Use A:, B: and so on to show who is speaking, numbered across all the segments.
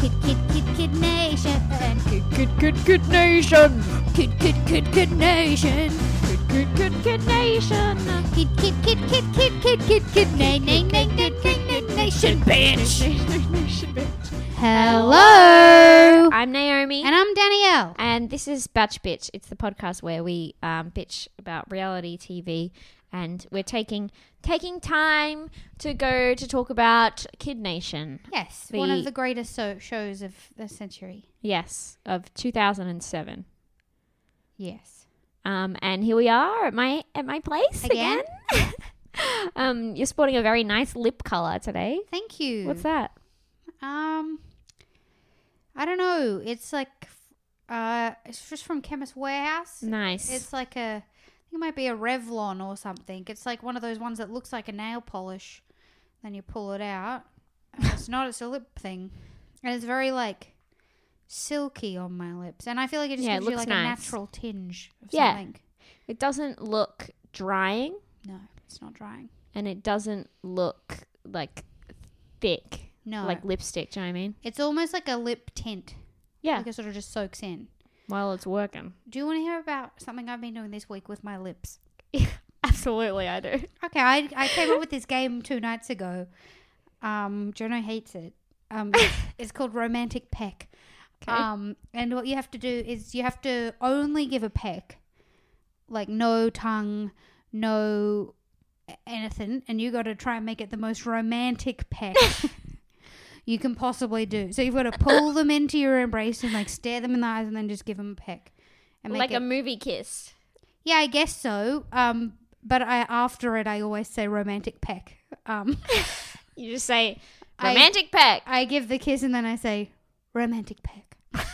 A: Kid, kid, kid, kid nation.
B: Good, good, good, good nation.
A: Kid, kid, kid, kid nation.
B: Good, good, good, good nation.
A: Kid, kid, kid, kid, kid, kid, kid, kid, nay, nay, nay, nay, nay, nay, nation banish.
B: Nation bitch.
A: Hello.
C: I'm Naomi.
A: And I'm Danielle.
C: And this is Batch Bitch. It's the podcast where we um, bitch about reality TV, and we're taking taking time to go to talk about Kid Nation.
A: Yes,
C: The-
A: one of the greatest so- shows of the century.
C: Yes, of 2007.
A: Yes.
C: Um, and here we are at my at my place
A: Again?
C: again. um, you're sporting a very nice lip color today.
A: Thank you.
C: What's that?
A: Um, I don't know. It's like, uh, it's just from Chemist Warehouse.
C: Nice.
A: It's like a, I think it might be a Revlon or something. It's like one of those ones that looks like a nail polish. Then you pull it out. And it's not. It's a lip thing, and it's very like silky on my lips. And I feel like it just
C: Yeah, it
A: gives you
C: looks
A: like a
C: nice.
A: natural tinge of
C: Yeah.
A: something.
C: it doesn't look drying,
A: No, it's not drying.
C: and it doesn't look like thick.
A: No.
C: like lipstick. Do you know what I mean?
A: It's almost like a lip tint.
C: Yeah.
A: Like it sort of just soaks in.
C: While it's working.
A: Do you want to hear about something I've been doing this week with my lips?
C: Absolutely, I do.
A: Okay, I, I came up with this game two nights ago. Um, Jono hates it. Um, it's, it's called Romantic Peck. Um, and what you have to do is you have to only give a peck, like no tongue, no anything, and you got to try and make it the most romantic peck you can possibly do. So you've got to pull them into your embrace and like stare them in the eyes and then just give them a peck. And
C: like
A: make
C: a
A: it-
C: movie kiss.
A: yeah, I guess so. Um, but I after it, I always say romantic peck. Um,
C: You just say
A: I-
C: romantic peck.
A: I give the kiss and then I say romantic peck.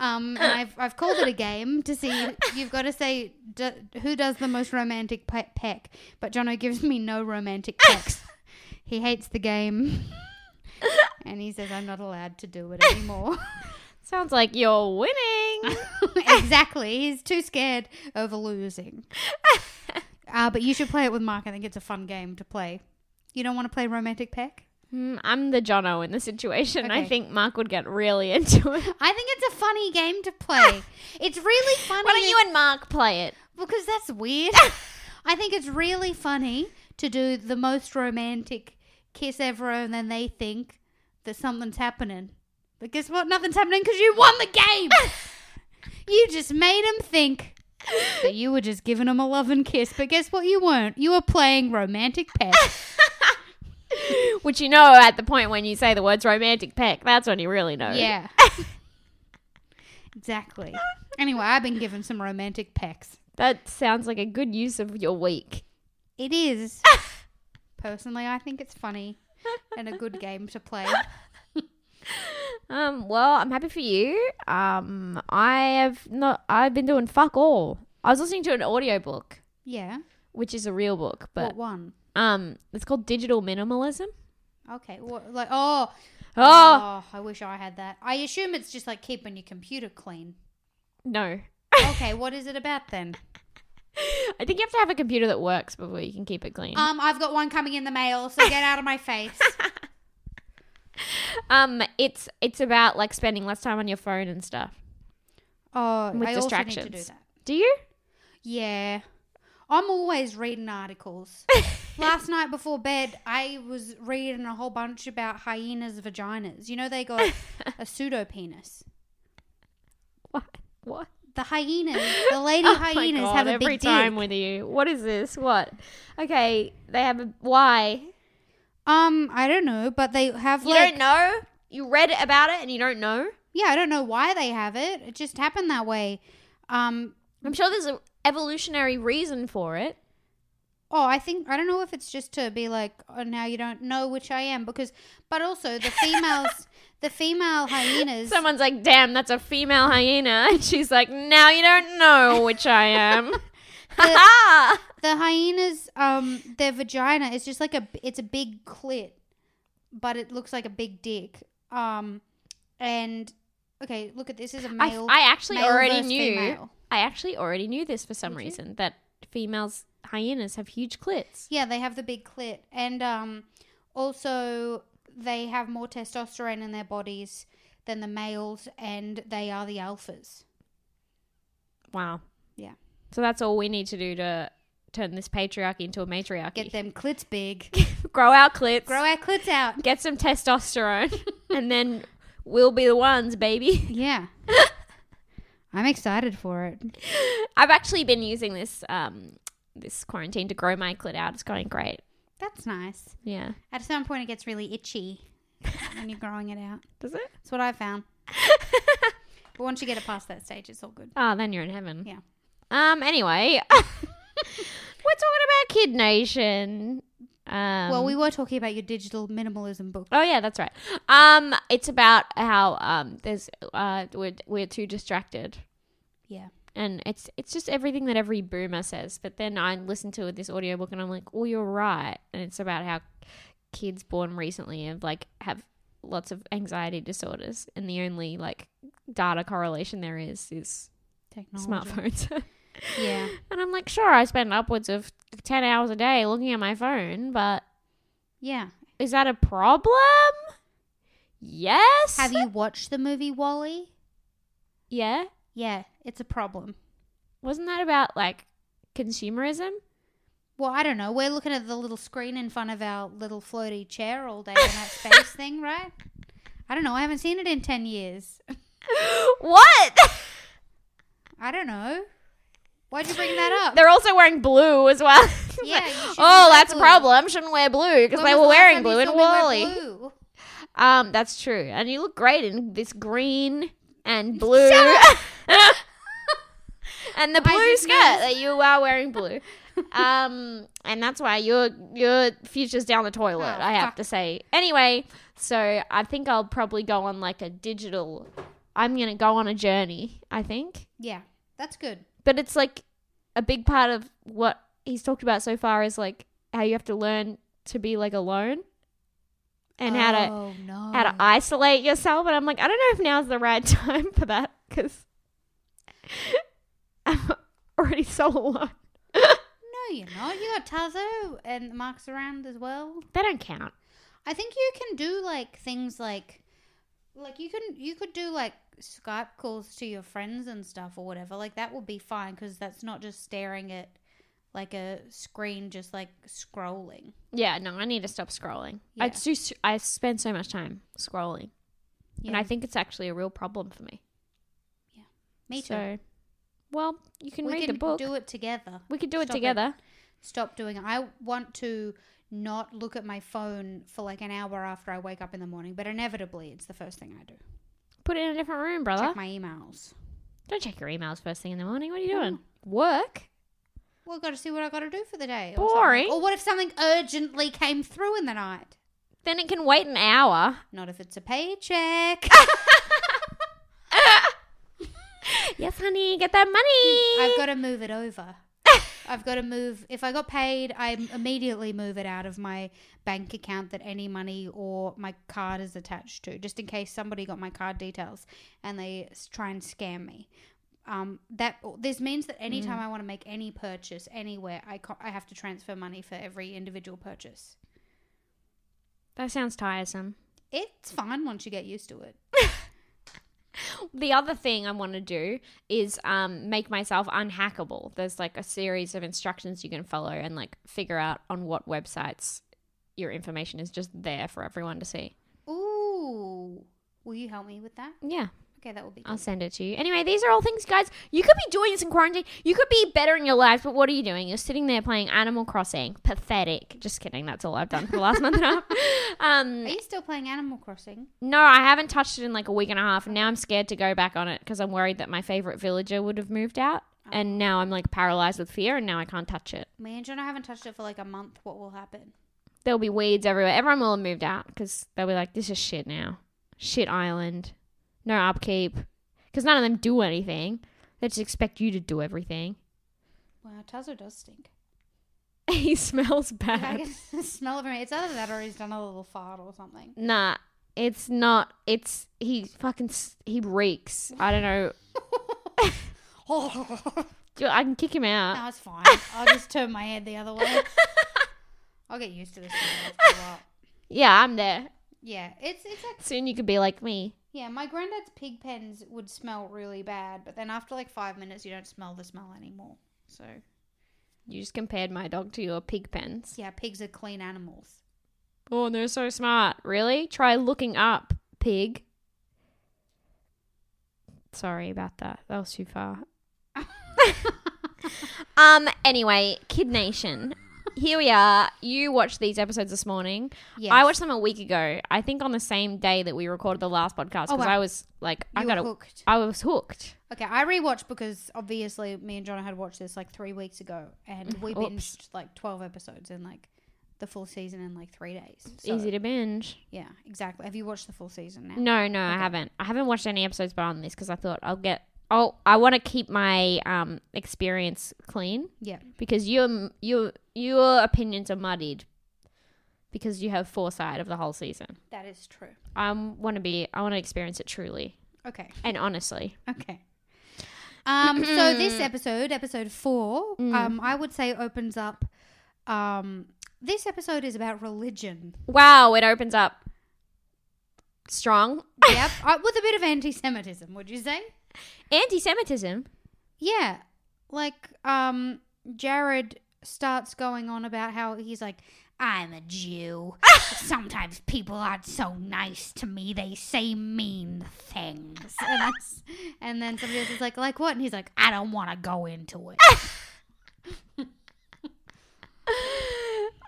A: um, and I've I've called it a game to see you've got to say d- who does the most romantic pe- peck. But Jono gives me no romantic pecks. he hates the game. And he says, I'm not allowed to do it anymore.
C: Sounds like you're winning.
A: exactly. He's too scared over losing. uh, but you should play it with Mark. I think it's a fun game to play. You don't want to play Romantic Peck?
C: Mm, I'm the Jono in the situation. I
A: Okay.
C: think Mark would get really into it.
A: I think it's a funny game to play. it's really funny.
C: Why don't you and Mark play it?
A: Because that's weird. I think it's really funny to do the most romantic kiss ever, and then they think that something's happening. But guess what? Nothing's happening because you won the game. you just made them think that you were just giving them a loving kiss. But guess what? You weren't. You were playing romantic pet.
C: Which you know at the point when you say the words romantic peck, that's when you really know.
A: yeah. exactly. Anyway, I've been given some romantic pecks.
C: That sounds like a good use of your week.
A: It is. Personally, I think it's funny and a good game to play.
C: Um, well, I'm happy for you. Um, I have not I've been doing fuck all. I was listening to an audiobook,
A: Yeah.
C: which is a real book, but
A: what one?
C: um it's called Digital Minimalism.
A: Okay. What, like, oh,
C: Oh,
A: I wish I had that. I assume it's just like keeping your computer clean.
C: no.
A: Okay, what is it about then?
C: I think you have to have a computer that works before you can keep it clean.
A: Um, I've got one coming in the mail, so get out of my face.
C: Um, it's it's about like spending less time on your phone and stuff.
A: Oh,
C: With
A: I also need to do
C: distractions.
A: that.
C: Do you?
A: Yeah. I'm always reading articles. Last night before bed, I was reading a whole bunch about hyenas' vaginas. You know, they got a pseudo penis.
C: What? What?
A: The hyenas, the lady hyenas have a big
C: Oh every
A: dick.
C: time with you. What is this? What? Okay, they have a why?
A: um, I don't know, but they have
C: You
A: like
C: don't know? You read about it and you don't know?
A: yeah, I don't know why they have it. It just happened that way. Um,
C: I'm sure there's an evolutionary reason for it.
A: Oh, I think I don't know if it's just to be like, oh, now you don't know which I am because, but also the females, the female hyenas.
C: Someone's like, damn, that's a female hyena. And she's like, now you don't know which I am. Ha
A: the hyenas um their vagina is just like a it's a big clit but it looks like a big dick um and okay look at this is a
C: I,
A: male
C: I actually
A: male
C: already
A: versus
C: knew.
A: female.
C: I actually already knew this for some reason that females hyenas have huge clits.
A: yeah they have the big clit and um also they have more testosterone in their bodies than the males and they are the alphas
C: Wow.
A: yeah
C: So that's all we need to do to turn this patriarchy into a matriarchy.
A: get them clits big
C: Grow our clits.
A: grow our clits out
C: get some testosterone, and then we'll be the ones, baby.
A: yeah i'm excited for it
C: I've actually been using this um this quarantine to grow my clit out. It's going great.
A: that's nice
C: Yeah.
A: At some point, it gets really itchy when you're growing it out.
C: Does it?
A: That's what I found. but once you get it past that stage, it's all good.
C: Oh, then you're in heaven.
A: Yeah.
C: Um. Anyway, we're talking about Kid Nation. Um,
A: well, we were talking about your digital minimalism book.
C: Oh yeah, that's right. Um, it's about how um there's uh we're we're too distracted,
A: Yeah.
C: and it's it's just everything that every boomer says. But then I listen to this audiobook and I'm like, oh, you're right. And it's about how kids born recently have like have lots of anxiety disorders, and the only like data correlation there is is
A: Technology.
C: smartphones.
A: Yeah.
C: and I'm like, sure, I spend upwards of ten hours a day looking at my phone, but
A: Yeah.
C: is that a problem? Yes.
A: Have you watched the movie Wally?
C: Yeah.
A: Yeah, it's a problem.
C: Wasn't that about like consumerism?
A: Well, I don't know. We're looking at the little screen in front of our little floaty chair all day on that space thing, right? I don't know. I haven't seen it in 10 years.
C: what?
A: I don't know. Why'd you bring that up?
C: They're also wearing blue as well.
A: Yeah, you shouldn't
C: oh,
A: wear
C: that's
A: blue.
C: a problem. Shouldn't wear blue because
A: When
C: they
A: was
C: were
A: the last
C: wearing
A: time
C: blue
A: you
C: in
A: saw me wear
C: Wally.
A: blue?
C: Um, that's true. And you look great in this green and blue. and the blue
A: just
C: skirt
A: noticed.
C: that you are wearing blue. um, and that's why your your future's down the toilet.
A: Oh,
C: I have
A: fuck.
C: to say. Anyway, so I think I'll probably go on like a digital. I'm gonna go on a journey. I think,
A: Yeah, that's good.
C: but it's like a big part of what he's talked about so far is like how you have to learn to be like alone and how to
A: Oh no!
C: how to isolate yourself. And I'm like, I don't know if now's the right time for that because I'm already so alone.
A: no, you're not. You got Tazo and Mark's around as well.
C: They don't count.
A: I think you can do like things like, like you can you could do like Skype calls to your friends and stuff or whatever. Like that would be fine because that's not just staring at like a screen, just like scrolling.
C: Yeah, no, I need to stop scrolling. I
A: Yeah.
C: do. s- I spend so much time scrolling, and
A: Yeah.
C: I think it's actually a real problem for me.
A: Me too.
C: So, well, you can
A: we
C: read
A: can
C: the book.
A: do it together.
C: we could do it
A: Stop
C: together.
A: Stop doing it. I want to not look at my phone for like an hour after I wake up in the morning, but inevitably it's the first thing I do.
C: Put it in a different room, brother.
A: Check my emails.
C: don't check your emails first thing in the morning. What are you doing?
A: Mm.
C: Work.
A: Well, got to see what I got to do for the day. or something.
C: Boring.
A: Or what if something urgently came through in the night?
C: Then it can wait an hour.
A: Not if it's a paycheck.
C: yes, honey, get that money.
A: I've got to move it over. I've got to move. If I got paid, I immediately move it out of my bank account that any money or my card is attached to, just in case somebody got my card details and they s- try and scam me. Um, that this means that anytime I want to make any purchase anywhere, I co- I have to transfer money for every individual purchase.
C: that sounds tiresome.
A: It's fine once you get used to it.
C: The other thing I want to do is um, make myself unhackable. There's like a series of instructions you can follow and like figure out on what websites your information is just there for everyone to see.
A: Ooh, will you help me with that?
C: Yeah,
A: Okay, that will be.
C: I'll
A: Good.
C: send it to you. Anyway, these are all things, guys. You could be doing this in quarantine. You could be bettering your lives, but what are you doing? You're sitting there playing Animal Crossing. Pathetic. Just kidding. That's all I've done for the last month and a half. Um,
A: Are you still playing Animal Crossing?
C: No, I haven't touched it in like a week and a half, and now I'm scared to go back on it because I'm worried that my favorite villager would have moved out.
A: Oh.
C: and now I'm like paralyzed with fear, and now I can't touch it.
A: Me and Jonah haven't touched it for like a month. What will happen?
C: There'll be weeds everywhere. Everyone will have moved out because they'll be like, "This is shit now, shit island, no upkeep," because none of them do anything. They just expect you to do everything.
A: Wow, Tazo does stink.
C: he smells
A: Like, I
C: bad.
A: can smell it from It's either that or he's done a little fart or something.
C: Nah, it's not. It's he fucking s- he reeks. I don't know.
A: oh,
C: Do- I can kick him out.
A: no, it's fine. I'll just turn my head the other way. I'll get used to this. smell after a while.
C: Yeah, I'm there.
A: Yeah, it's it's like
C: Soon you could be like me.
A: yeah. My granddad's pig pens would smell really bad, but then after like five minutes, you don't smell the smell anymore. So
C: You just compared my dog to your pig pens.
A: yeah, pigs are clean animals.
C: Oh, they're so smart. Really? Try looking up, pig. Sorry about that. That was too far. um. Anyway, Kid Nation. Here we are. You watched these episodes this morning.
A: Yes.
C: I watched them a week ago. I think on the same day that we recorded the last podcast because
A: Oh, wow.
C: I was like, I
A: You
C: got
A: were hooked.
C: I was hooked.
A: Okay, I rewatched because obviously me and Jonah had watched this like three weeks ago, and we
C: Mm, Oops.
A: binged like twelve episodes in like the full season in like three days.
C: It's
A: So,
C: easy to binge.
A: yeah, exactly. Have you watched the full season now?
C: No, no, I haven't. I haven't watched any episodes but on this because I thought I'll get. Oh, I want to keep my um experience clean
A: Yeah.
C: because your your your opinions are muddied because you have foresight of the whole season.
A: That is true.
C: I want to be. I want to experience it truly
A: Okay.
C: and honestly.
A: Okay. Um, so this episode, episode four,
C: Mm.
A: um, I would say opens up. Um, this episode is about religion.
C: Wow, it opens up strong.
A: Yep, uh, with a bit of anti-Semitism, would you say?
C: Anti-Semitism.
A: Yeah. Like, um, Jared starts going on about how he's like, I'm a Jew. Sometimes people aren't so nice to me. They say mean things. And, that's, and then somebody else is like, like what? And he's like, I don't want to go into it.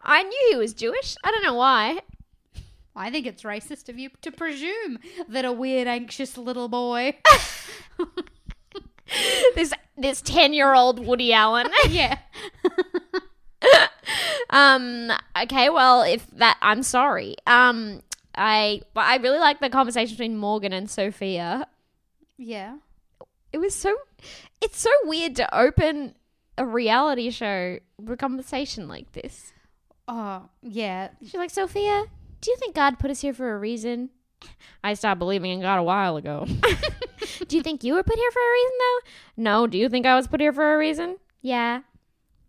C: I knew he was Jewish. I don't know why.
A: I think it's racist of you to presume that a weird, anxious little boy.
C: This this ten year old Woody Allen.
A: yeah.
C: Um. Okay. Well, if that, I'm sorry. Um. I. But I really like the conversation between Morgan and Sophia.
A: Yeah.
C: It was so. It's so weird to open a reality show with a conversation like this.
A: Oh, yeah.
C: She's like, Sophia, do you think God put us here for a reason? I stopped believing in God a while ago. do you think you were put here for a reason, though? No. Do you think I was put here for a reason? Yeah.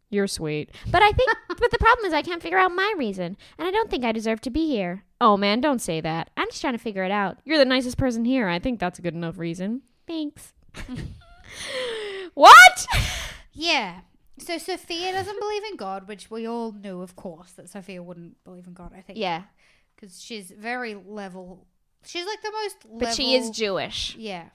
C: You're sweet. But I think, but the problem is I can't figure out my reason, and I don't think I deserve to be here. Oh man, don't say that. I'm just trying to figure it out. You're the nicest person here. I think that's a good enough reason. Thanks. what?
A: Yeah. So Sophia doesn't believe in God, which we all knew, of course, that Sophia wouldn't believe in God. I think.
C: Yeah,
A: because she's very level. She's like the most.
C: but she is
A: level-
C: Jewish.
A: Yeah.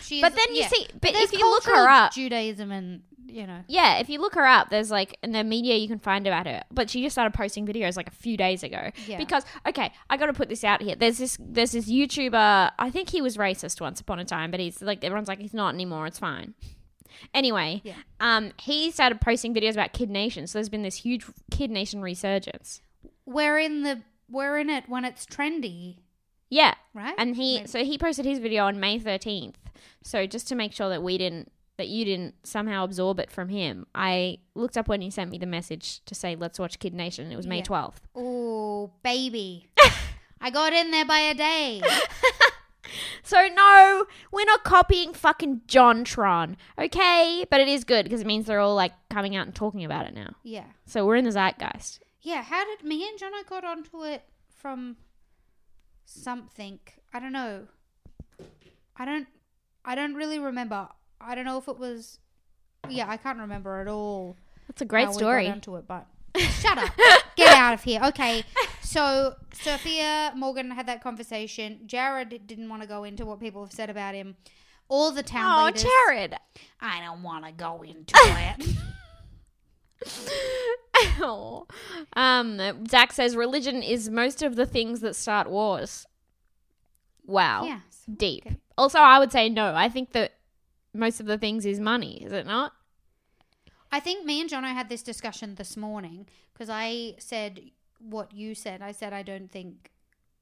A: She
C: But
A: is-
C: then you
A: yeah.
C: see, but
A: There's
C: if you look her
A: cultural
C: up,
A: Judaism and you know.
C: yeah, if you look her up, there's like in the media you can find about her. But she just started posting videos like a few days ago.
A: Yeah.
C: Because okay, I got to put this out here. There's this there's this YouTuber. I think he was racist once upon a time, but he's like everyone's like he's not anymore. It's fine. Anyway,
A: Yeah.
C: um, he started posting videos about Kid Nation. So there's been this huge Kid Nation resurgence.
A: We're in the we're in it when it's trendy,
C: Yeah.
A: right?
C: And he so he posted his video on May 13th. So just to make sure that we didn't that you didn't somehow absorb it from him, I looked up when he sent me the message to say let's watch Kid Nation. It was May
A: Yeah.
C: 12th.
A: oh baby, I got in there by a day.
C: So no, we're not copying fucking JonTron, okay? But it is good because it means they're all like coming out and talking about it now.
A: Yeah,
C: So we're in the zeitgeist.
A: yeah. How did me and Jono got onto it from something? I don't know. I don't. I don't really remember. I don't know if it was. Yeah, I can't remember at all.
C: That's a great
A: how Oh, we got
C: story.
A: onto it, but shut up. Get out of here. Okay. So Sophia Morgan had that conversation. Jared didn't want to go into what people have said about him. All the town
C: Oh,
A: leaders.
C: Jared.
A: I don't want to go into it.
C: Oh. Um, Zach says religion is most of the things that start wars. Wow.
A: Yes.
C: Deep. Also, I would say no. I think that most of the things is money, is it not?
A: I think me and Jono had this discussion this morning because I said what you said. I said I don't think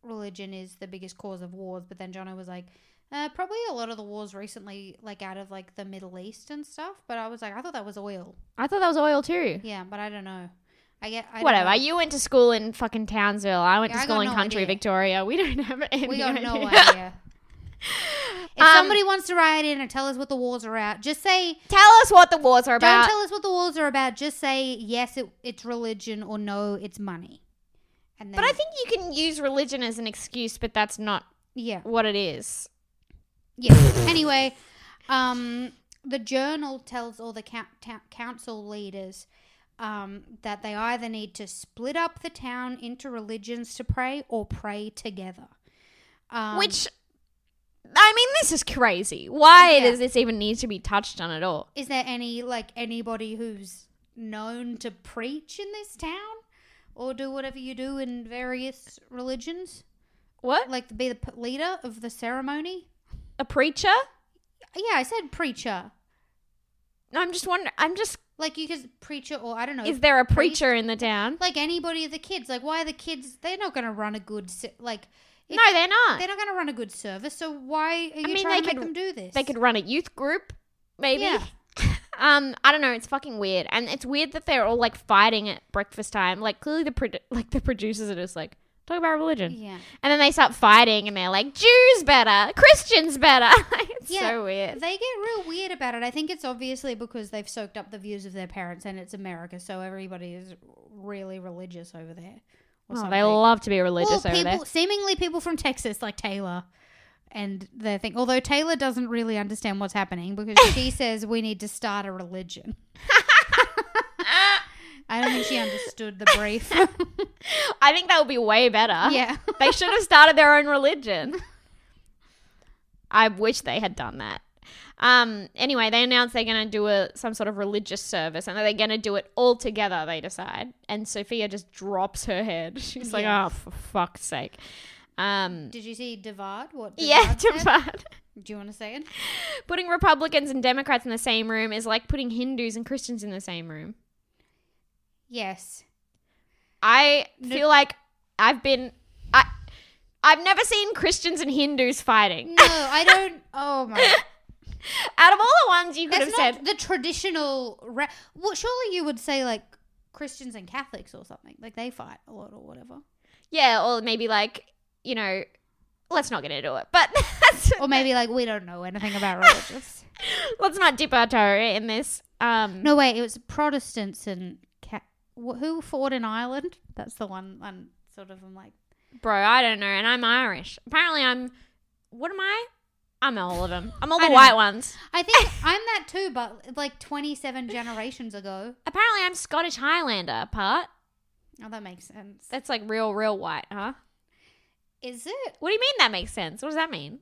A: religion is the biggest cause of wars, but then Jono was like, uh, probably a lot of the wars recently, like out of like the Middle East and stuff. But I was like, I thought that was oil.
C: I thought that was oil too.
A: Yeah, but I don't know. I get I don't
C: Whatever.
A: know.
C: You went to school in fucking Townsville. I went
A: Yeah,
C: to
A: I
C: school
A: got
C: in
A: no
C: country
A: idea.
C: Victoria. We don't have any
A: We got no
C: idea.
A: idea. If
C: Um,
A: somebody wants to write in and tell us what the wars are out, just say
C: Tell us what the wars are
A: Don't
C: about.
A: tell us what the wars are about. Just say yes, it, it's religion, or no, it's money. And then,
C: but I think you can use religion as an excuse, but that's not
A: yeah,
C: what it is.
A: yeah. anyway, um, the journal tells all the coun ta- council leaders um, that they either need to split up the town into religions to pray or pray together. Um,
C: Which, I mean, this is crazy. Why
A: Yeah.
C: does this even need to be touched on at all?
A: is there any like anybody who's known to preach in this town or do whatever you do in various religions?
C: What?
A: like to be the p- leader of the ceremony.
C: A preacher?
A: Yeah, I said preacher.
C: No, I'm just wondering. I'm just.
A: Like you could preacher or I don't know.
C: Is there a
A: priest?
C: preacher in the town?
A: Like anybody of the kids. Like why are the kids? They're not going to run a good se- like. if-
C: no, they're not.
A: They're not going to run a good service. So why are you
C: mean,
A: trying
C: they
A: to make
C: could-
A: them do this?
C: They could run a youth group, maybe.
A: Yeah.
C: um, I don't know. It's fucking weird, and it's weird that they're all like fighting at breakfast time. Like clearly the produ- like the producers are just like talk about religion,
A: Yeah.
C: and then they start fighting, and they're like Jews better, Christians better. Like, it's
A: Yeah,
C: so weird.
A: They get real weird about it. I think it's obviously because they've soaked up the views of their parents, and it's America, so everybody is really religious over there. Or
C: Oh,
A: something.
C: they love to be
A: Well,
C: religious over
A: people,
C: there.
A: Seemingly people from Texas, like Taylor, and their thing. Although Taylor doesn't really understand what's happening because she says we need to start a religion. I don't think she understood the brief.
C: I think that would be way better.
A: yeah.
C: they should have started their own religion. I wish they had done that. Um, anyway, they announced they're going to do a some sort of religious service, and they're going to do it all together. They decide, and Sophia just drops her head. She's like,
A: Yeah.
C: "Oh, for fuck's sake!" Um,
A: Did you see Devard? What?
C: yeah,
A: Devard said?
C: Devad.
A: Do you want to say it?
C: putting Republicans and Democrats in the same room is like putting Hindus and Christians in the same room.
A: Yes.
C: I feel like I've been, I, I've never seen Christians and Hindus fighting.
A: No, I don't. Oh my.
C: Out of all the ones you could
A: That's
C: have
A: not
C: said,
A: the traditional. Re- well, surely you would say like Christians and Catholics or something. Like they fight a lot or whatever.
C: Yeah, or maybe like, you know, let's not get into it. But that's,
A: Or maybe like we don't know anything about religious.
C: let's not dip our toe in this. Um,
A: No, wait. It was Protestants and ca- wh- who fought in Ireland. That's the one. I'm sort of. I'm like,
C: Bro, I don't know. And I'm Irish. Apparently, I'm. What am I? I'm all of them. I'm all
A: I
C: the
A: don't
C: white
A: know.
C: ones.
A: I think I'm that too, but like 27 generations ago.
C: Apparently, I'm Scottish Highlander part.
A: Oh, that makes sense.
C: That's like real, real white, huh?
A: Is it?
C: What do you mean that makes sense? What does that mean?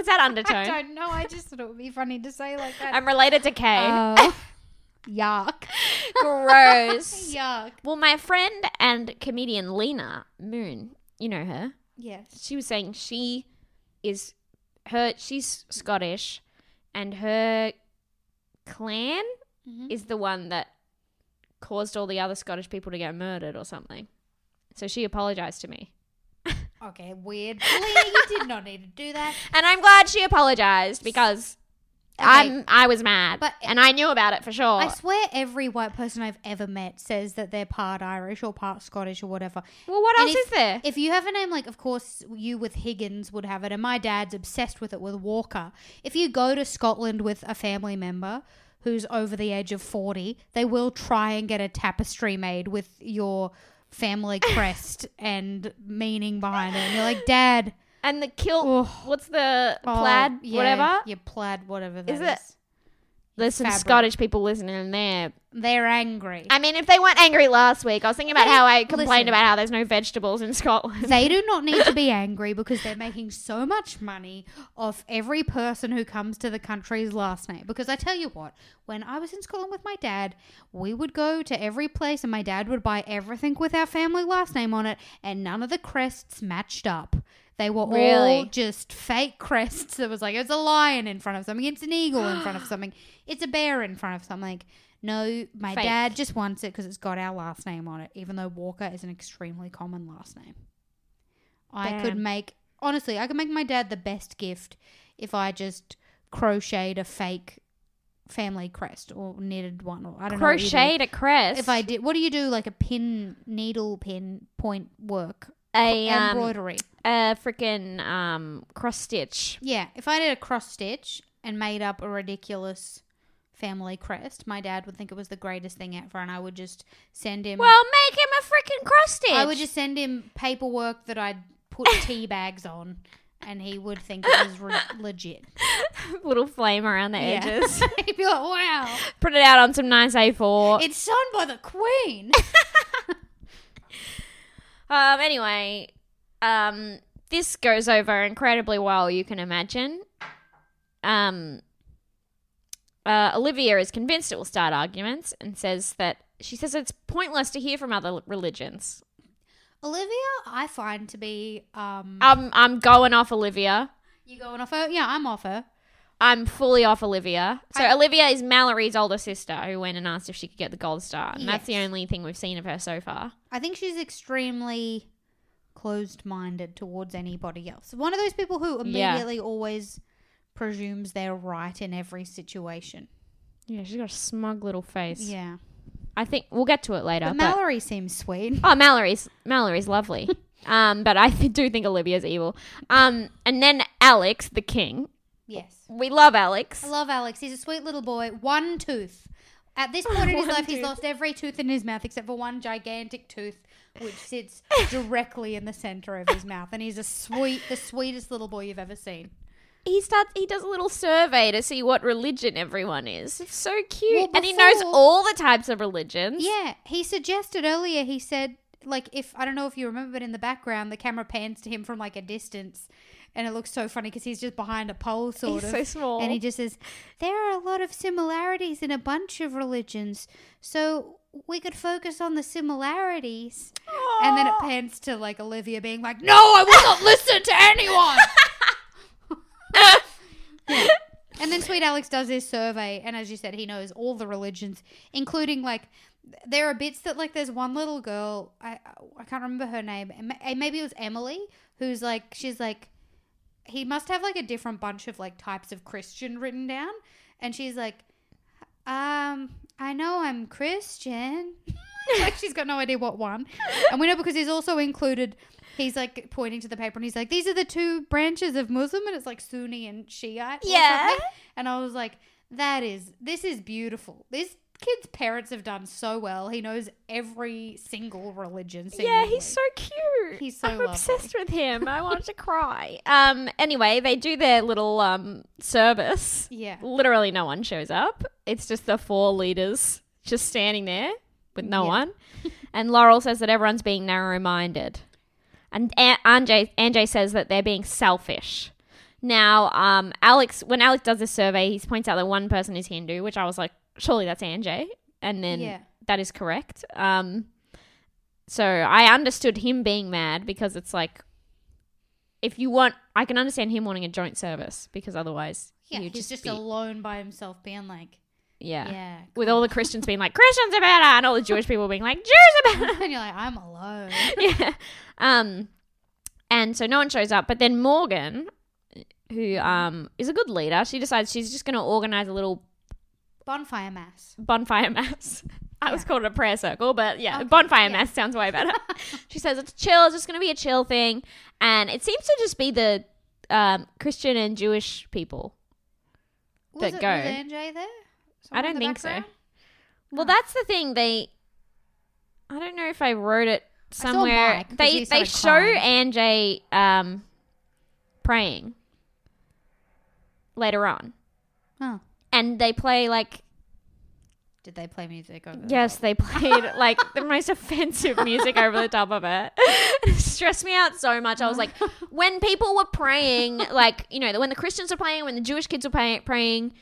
C: is that undertone?
A: I don't know. I just thought it would be funny to say like that.
C: I'm related to Kay.
A: Oh. yuck.
C: Gross.
A: Yuck.
C: Well, my friend and comedian Lena Moon, you know her.
A: Yes.
C: she was saying she is her she's Scottish and her clan
A: Mhm.
C: is the one that caused all the other Scottish people to get murdered or something. So she apologized to me.
A: Okay. Weird. Leah, you did not need to do that.
C: And I'm glad she apologized because I'm I was mad.
A: But-
C: and I knew about it for sure.
A: I swear every white person I've ever met says that they're part Irish or part Scottish or whatever.
C: well what
A: And
C: else
A: if-
C: is there?
A: If you have a name like, of course, you with Higgins would have it, and my dad's obsessed with it with Walker. If you go to Scotland with a family member who's over the age of 40, they will try and get a tapestry made with your family crest and meaning behind it. And you're like, Dad,
C: and the kilt
A: Oh.
C: what's the
A: oh,
C: plaid
A: yeah,
C: whatever?
A: Your plaid, whatever that
C: Is
A: is.
C: it- There's some
A: fabric.
C: Scottish people listening in there.
A: They're angry.
C: I mean, if they weren't angry last week, I was thinking about
A: Hey,
C: how I complained
A: listen.
C: about how there's no vegetables in Scotland.
A: they do not need to be angry because they're making so much money off every person who comes to the country's last name. Because I tell you what, when I was in Scotland with my dad, we would go to every place and my dad would buy everything with our family last name on it, and none of the crests matched up. They were all
C: Really?
A: just fake crests. It was like it's a lion in front of something, it's an eagle in front of something, it's a bear in front of something. No, my
C: Fake.
A: dad just wants it because it's got our last name on it, even though Walker is an extremely common last name. I could
C: Damn.
A: make honestly, I could make my dad the best gift if I just crocheted a fake family crest or knitted one or I don't know. what you do.
C: Crocheted a crest.
A: If I did, what do you do? Like a pin, needle pin, point work,
C: a um,
A: embroidery.
C: a freaking um cross stitch.
A: Yeah, if I did a cross stitch and made up a ridiculous family crest, my dad would think it was the greatest thing ever, and I would just send him.
C: Well, make him a freaking cross stitch.
A: I would just send him paperwork that I'd put tea bags on, and he would think it was re- legit.
C: little flame around the edges.
A: Yeah. He'd be like, "Wow,
C: Put it out on some nice A4.
A: it's sewn by the Queen."
C: Um, anyway, um, this goes over incredibly well, you can imagine. Um, uh, Olivia is convinced it will start arguments and says that she says it's pointless to hear from other l- religions.
A: Olivia, I find to be um,
C: Um, I'm going off Olivia.
A: you going off her? Yeah, I'm off her.
C: I'm fully off Olivia. So Olivia is Mallory's older sister who went and asked if she could get the gold star, and that's the
A: Yes.
C: only thing we've seen of her so far.
A: I think she's extremely closed minded towards anybody else. One of those people who
C: Yeah.
A: immediately always presumes they're right in every situation.
C: Yeah, she's got a smug little face.
A: Yeah.
C: I think we'll get to it later.
A: But
C: but-
A: Mallory seems sweet.
C: Oh, Mallory's Mallory's lovely. um, but I do think Olivia's evil. Um, and then Alex, the king.
A: Yes.
C: We love Alex.
A: I love Alex. He's a sweet little boy. One tooth. At this point in his life, he's lost every tooth in his mouth except for one gigantic tooth, which sits directly in the center of his mouth. And he's a sweet, the sweetest little boy you've ever seen.
C: he starts. He does a little survey to see what religion everyone is. It's so cute,
A: Well,
C: and he knows
A: before-
C: all the types of religions.
A: Yeah, he suggested earlier. He said, like, if I don't know if you remember, but in the background, the camera pans to him from like a distance, and it looks so funny because he's just behind a pole, sort
C: He's
A: of.
C: so small.
A: and he just says, "There are a lot of similarities in a bunch of religions, so we could focus on the similarities." And then it pans to like Olivia being like, "No,
C: Oh,
A: I will not listen to anyone." And then Sweet Alex does his survey, and as you said, he knows all the religions, including like th- there are bits that like there's one little girl I I can't remember her name, and ma- and maybe it was Emily, who's like she's like he must have like a different bunch of like types of Christian written down, and she's like, um, I know I'm Christian. like she's got no idea what one, and we know because he's also included. He's like pointing to the paper and he's like, "These are the two branches of Muslim," and it's like Sunni and Shiite. or
C: Yeah.
A: something. And I was like, "That is this is beautiful. This kid's parents have done so well. He knows every single religion.
C: Yeah,
A: seemingly.
C: he's so cute.
A: He's so
C: I'm
A: lovely.
C: obsessed with him. I wanted to cry. Um. Anyway, they do their little um service.
A: Yeah.
C: Literally, no one shows up. It's just the four leaders just standing there with no
A: Yeah.
C: one. and Laurel says that everyone's being narrow-minded, and A- Anjay Anjay says that they're being selfish. Now, um, Alex, when Alex does this survey, he points out that one person is Hindu, which I was like, surely that's Anjay, and then
A: Yeah.
C: that is correct. Um, so I understood him being mad because it's like, if you want, I can understand him wanting a joint service because otherwise,
A: yeah.
C: you
A: He's just,
C: just, be-
A: alone by himself, being like,
C: yeah.
A: yeah.
C: With all the Christians being like Christians are better, and all the Jewish people being like Jews are better.
A: and you're like, I'm alone.
C: yeah. Um, and so no one shows up, but then Morgan, who um is a good leader, she decides she's just going to organize a little
A: Bonfire mass.
C: bonfire mass. I was called a prayer circle, but yeah, bonfire mass sounds way better. she says it's chill, it's just going to be a chill thing, and it seems to just be the um, Christian and Jewish people.
A: Was
C: that
A: it
C: go.
A: was Anjay there? Someone
C: don't
A: in the
C: think so.
A: background?
C: Well, that's the thing. They, I don't know if I wrote it
A: saw
C: somewhere.
A: Mike, 'cause
C: they
A: he
C: they
A: started
C: show Anjay um, praying later on,
A: Oh,
C: and they play like
A: did they play music? Over
C: yes, they played like the most offensive music over the top of it. it stressed me out so much. I was like, when people were praying, like you know, when the Christians were praying, when the Jewish kids were pray- praying,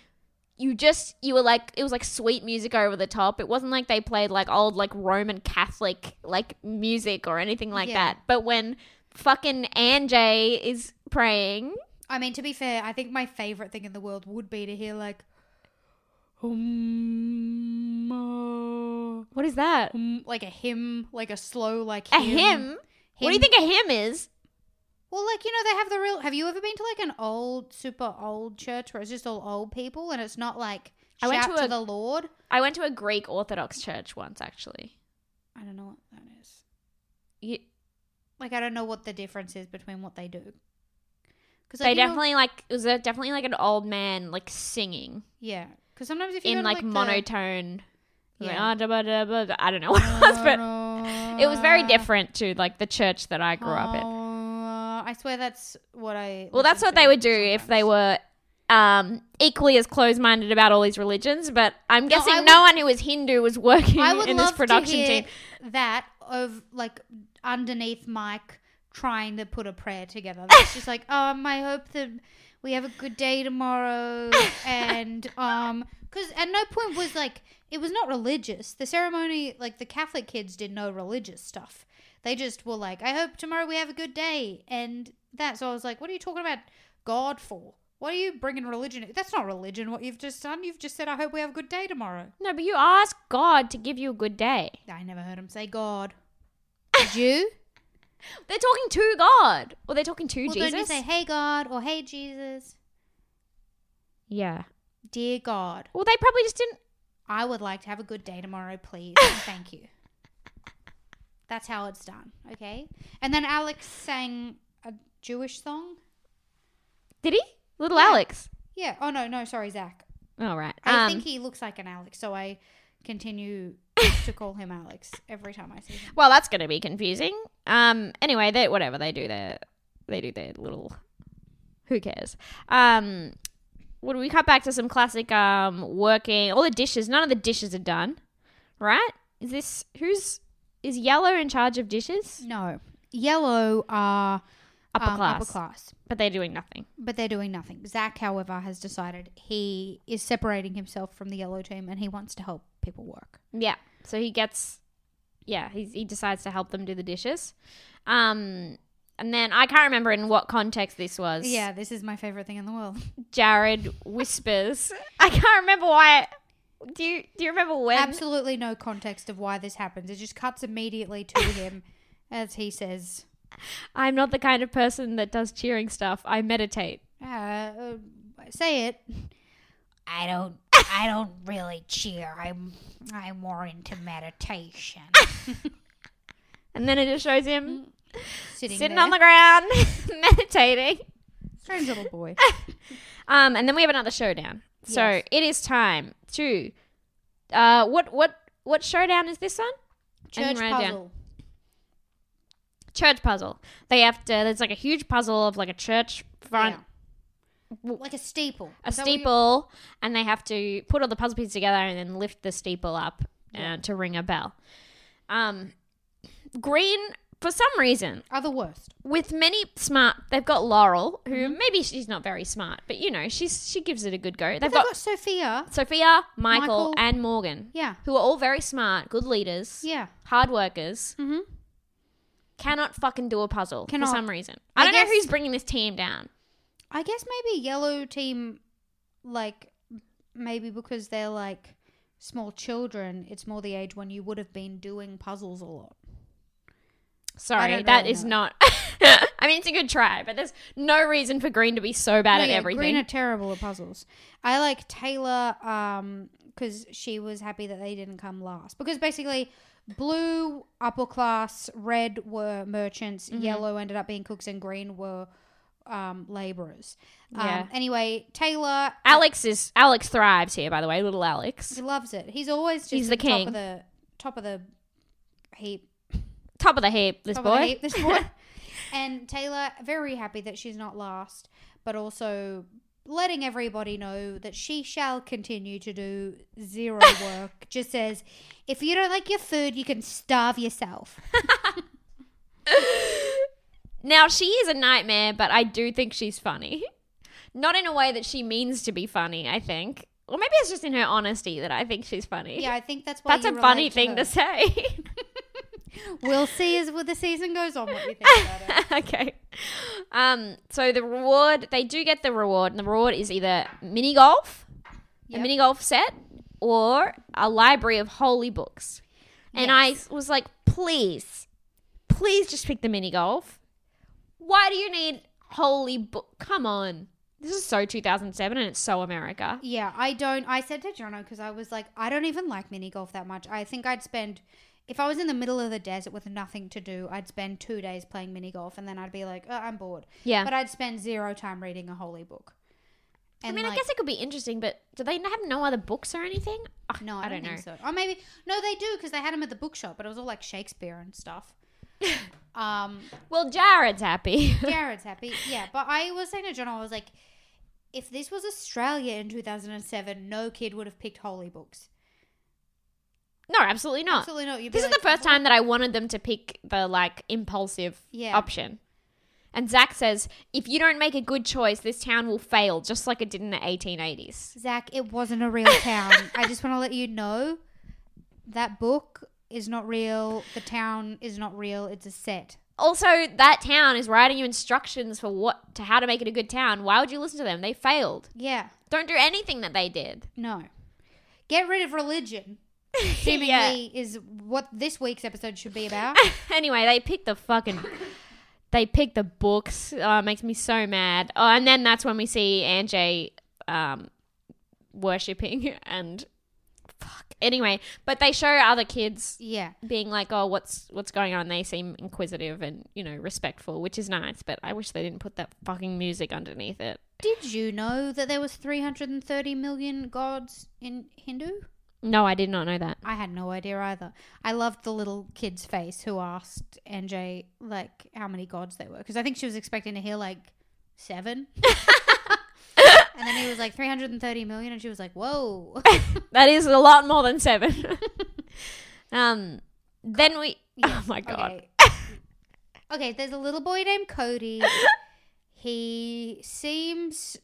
C: you just you were like it was like sweet music over the top. It wasn't like they played like old like Roman Catholic like music or anything like
A: Yeah.
C: that. But when fucking Anjay is praying.
A: I mean, to be fair, I think my favorite thing in the world would be to hear like, um,
C: What is that?
A: uh, um, like a hymn, like a slow like
C: A
A: hymn.
C: hymn? What do
A: Hymn.
C: you think a hymn is?
A: Well, like you know, they have the real. Have you ever been to like an old, super old church where it's just all old people and it's not like
C: I
A: shout
C: went
A: to,
C: to a-
A: the Lord?
C: I went to a Greek Orthodox church once, actually.
A: I don't know what that is.
C: You,
A: Like, I don't know what the difference is between what they do. Because
C: they definitely like it was a, definitely like an old man like singing
A: yeah. Because sometimes if you
C: in
A: go to,
C: like,
A: the-
C: monotone. Like,
A: Yeah.
C: "Ah, da, ba, da, ba, da," I don't know what it was, but it was
A: Ah.
C: very different to like the church that I grew up in.
A: Uh, I swear that's what I.
C: Well, that's
A: listen
C: what
A: to
C: they would do if they
A: sometimes.
C: were um, equally as closed-minded about all these religions. But I'm guessing
A: I
C: no
A: would-
C: one who was Hindu was working
A: I would
C: in
A: love
C: this production
A: to hear
C: team.
A: that of like underneath Mike trying to put a prayer together. That's just like, um, I hope that we have a good day tomorrow, and um, because at no point was like it was not religious. The ceremony, like the Catholic kids, did no religious stuff. They just were like, I hope tomorrow we have a good day, and that. So I was like, what are you talking about God for? What are you bringing religion? That's not religion. What you've just done, you've just said, I hope we have a good day tomorrow.
C: No, but you ask God to give you a good day.
A: I never heard him say God. Did you?
C: They're talking to God, or they're talking to
A: well,
C: Jesus.
A: don't you say "Hey God" or "Hey Jesus"?
C: yeah.
A: Dear God,
C: Well, they probably just didn't.
A: I would like to have a good day tomorrow, please. and thank you. That's how it's done, okay? And then Alex sang a Jewish song.
C: Did he? Little
A: Yeah.
C: Alex.
A: Yeah. Oh no, no, sorry, Zach.
C: All right.
A: I
C: um,
A: think he looks like an Alex, so I continue to call him Alex every time I see him.
C: Well, that's going to be confusing. Um. Anyway, they whatever they do their they do their little. Who cares? Um. Would we cut back to some classic um working? All the dishes. None of the dishes are done, right? Is this who's is yellow in charge of dishes?
A: No, yellow are
C: Upper
A: um,
C: class.
A: Upper class.
C: But they're doing nothing.
A: But they're doing nothing. Zach, however, has decided he is separating himself from the yellow team and he wants to help people work.
C: Yeah. So he gets. Yeah, he's, he decides to help them do the dishes. Um. And then I can't remember in what context this was.
A: Yeah, this is my favorite thing in the world.
C: Jared whispers. I can't remember why. Do you do you remember when?
A: Absolutely no context of why this happens. It just cuts immediately to him as he says,
C: I'm not the kind of person that does cheering stuff. I meditate.
A: uh, uh, "Say it." I don't. I don't really cheer. I'm. I'm more into meditation.
C: And then it just shows
A: Mm,
C: him
A: Sitting,
C: sitting
A: there.
C: on the ground meditating.
A: strange little boy.
C: Um, and then we have another showdown. So
A: Yes.
C: it is time to uh what what what showdown is this one?
A: Church
C: write it down.
A: puzzle.
C: Church puzzle. They have to there's like a huge puzzle of like a church front
A: Yeah. Like a steeple.
C: a
A: Is that what you-
C: steeple and they have to put all the puzzle pieces together and then lift the steeple up uh, to ring a bell. Um, green, for some reason,
A: Are the worst.
C: with many smart, they've got Laurel, who
A: Mm-hmm.
C: maybe she's not very smart, but you know, she's she gives it a good go. They've,
A: They've
C: got,
A: got Sophia.
C: Sophia, Michael,
A: Michael.
C: and Morgan,
A: Yeah.
C: who are all very smart, good leaders,
A: Yeah.
C: hard workers.
A: Mm-hmm.
C: Cannot fucking do a puzzle
A: Cannot.
C: for some reason. I,
A: I
C: don't know
A: guess-
C: who's bringing this team down.
A: I guess maybe yellow team, like maybe because they're like small children, it's more the age when you would have been doing puzzles a lot.
C: Sorry,
A: don't
C: that
A: really
C: is
A: know.
C: not. I mean, it's a good try, but there's no reason for Green to be so bad
A: No,
C: at
A: yeah,
C: everything.
A: Green are terrible at puzzles. I like Taylor um because she was happy that they didn't come last because basically. Blue, upper class, red were merchants,
C: Mm-hmm.
A: yellow ended up being cooks, and green were um, laborers. Um,
C: Yeah.
A: Anyway, Taylor
C: Alex is Alex thrives here, by the way, little Alex,
A: He loves it. He's always just
C: He's
A: the,
C: the
A: top
C: king.
A: of the top of the heap.
C: top of the heap. This
A: top
C: boy,
A: of the heap, this boy. and Taylor very happy that she's not last, but also letting everybody know that she shall continue to do zero work. just says, if you don't like your food, you can starve yourself.
C: now she is a nightmare, but I do think she's funny, not in a way that she means to be funny. I think, or maybe it's just in her honesty that I think she's funny.
A: yeah, I think that's why
C: that's a
A: you relate
C: funny
A: to
C: thing
A: her.
C: to say.
A: We'll see as the season goes on what you think about it.
C: okay. Um, so the reward they do get the reward, and the reward is either mini golf, a
A: Yep.
C: mini golf set, or a library of holy books. And I was like, please, please just pick the mini golf. Why do you need holy book? Come on. This is so 2007 and it's so America.
A: Yeah, I don't. I said to Jono because I was like, I don't even like mini golf that much. I think I'd spend, if I was in the middle of the desert with nothing to do, I'd spend two days playing mini golf and then I'd be like, oh, I'm bored.
C: Yeah.
A: But I'd spend zero time reading a holy book.
C: I mean, I
A: like-
C: guess it could be interesting, but do they have no other books or anything? Ugh,
A: No, I, don't, think so. Or maybe no, they do because they had them at the bookshop, but it was all like Shakespeare and stuff. um,
C: Well, Jared's happy.
A: Jared's happy, yeah. But I was saying to John, I was like, if this was Australia in 2007, no kid would have picked holy books.
C: no, absolutely not.
A: Absolutely not. You'd be
C: Oh. This is
A: like,
C: the first time that I wanted them to pick the like impulsive
A: Yeah.
C: option. And Zach says, if you don't make a good choice, this town will fail, just like it did in the 1880s.
A: Zach, it wasn't a real town. I just want to let you know that book is not real. The town is not real. It's a set.
C: Also, that town is writing you instructions for what to how to make it a good town. Why would you listen to them? They failed.
A: Yeah.
C: Don't do anything that they did.
A: No. Get rid of religion. Seemingly is what this week's episode should be about.
C: anyway, they picked the fucking. They picked the books. Oh, it makes me so mad. Oh, and then that's when we see Anjay um, worshipping and fuck. Anyway, but they show other kids
A: yeah.
C: being like, "Oh, what's what's going on?" They seem inquisitive and you know respectful, which is nice. But I wish they didn't put that fucking music underneath it.
A: Did you know that there was 330 million gods in Hindu?
C: No, I did not know that.
A: I had no idea either. I loved the little kid's face who asked NJ like how many gods there were because I think she was expecting to hear like seven. and then he was like 330 million and she was like, "Whoa."
C: That is a lot more than seven. um, then we.
A: Yes,
C: Oh my god.
A: Okay. okay, there's a little boy named Cody. He seems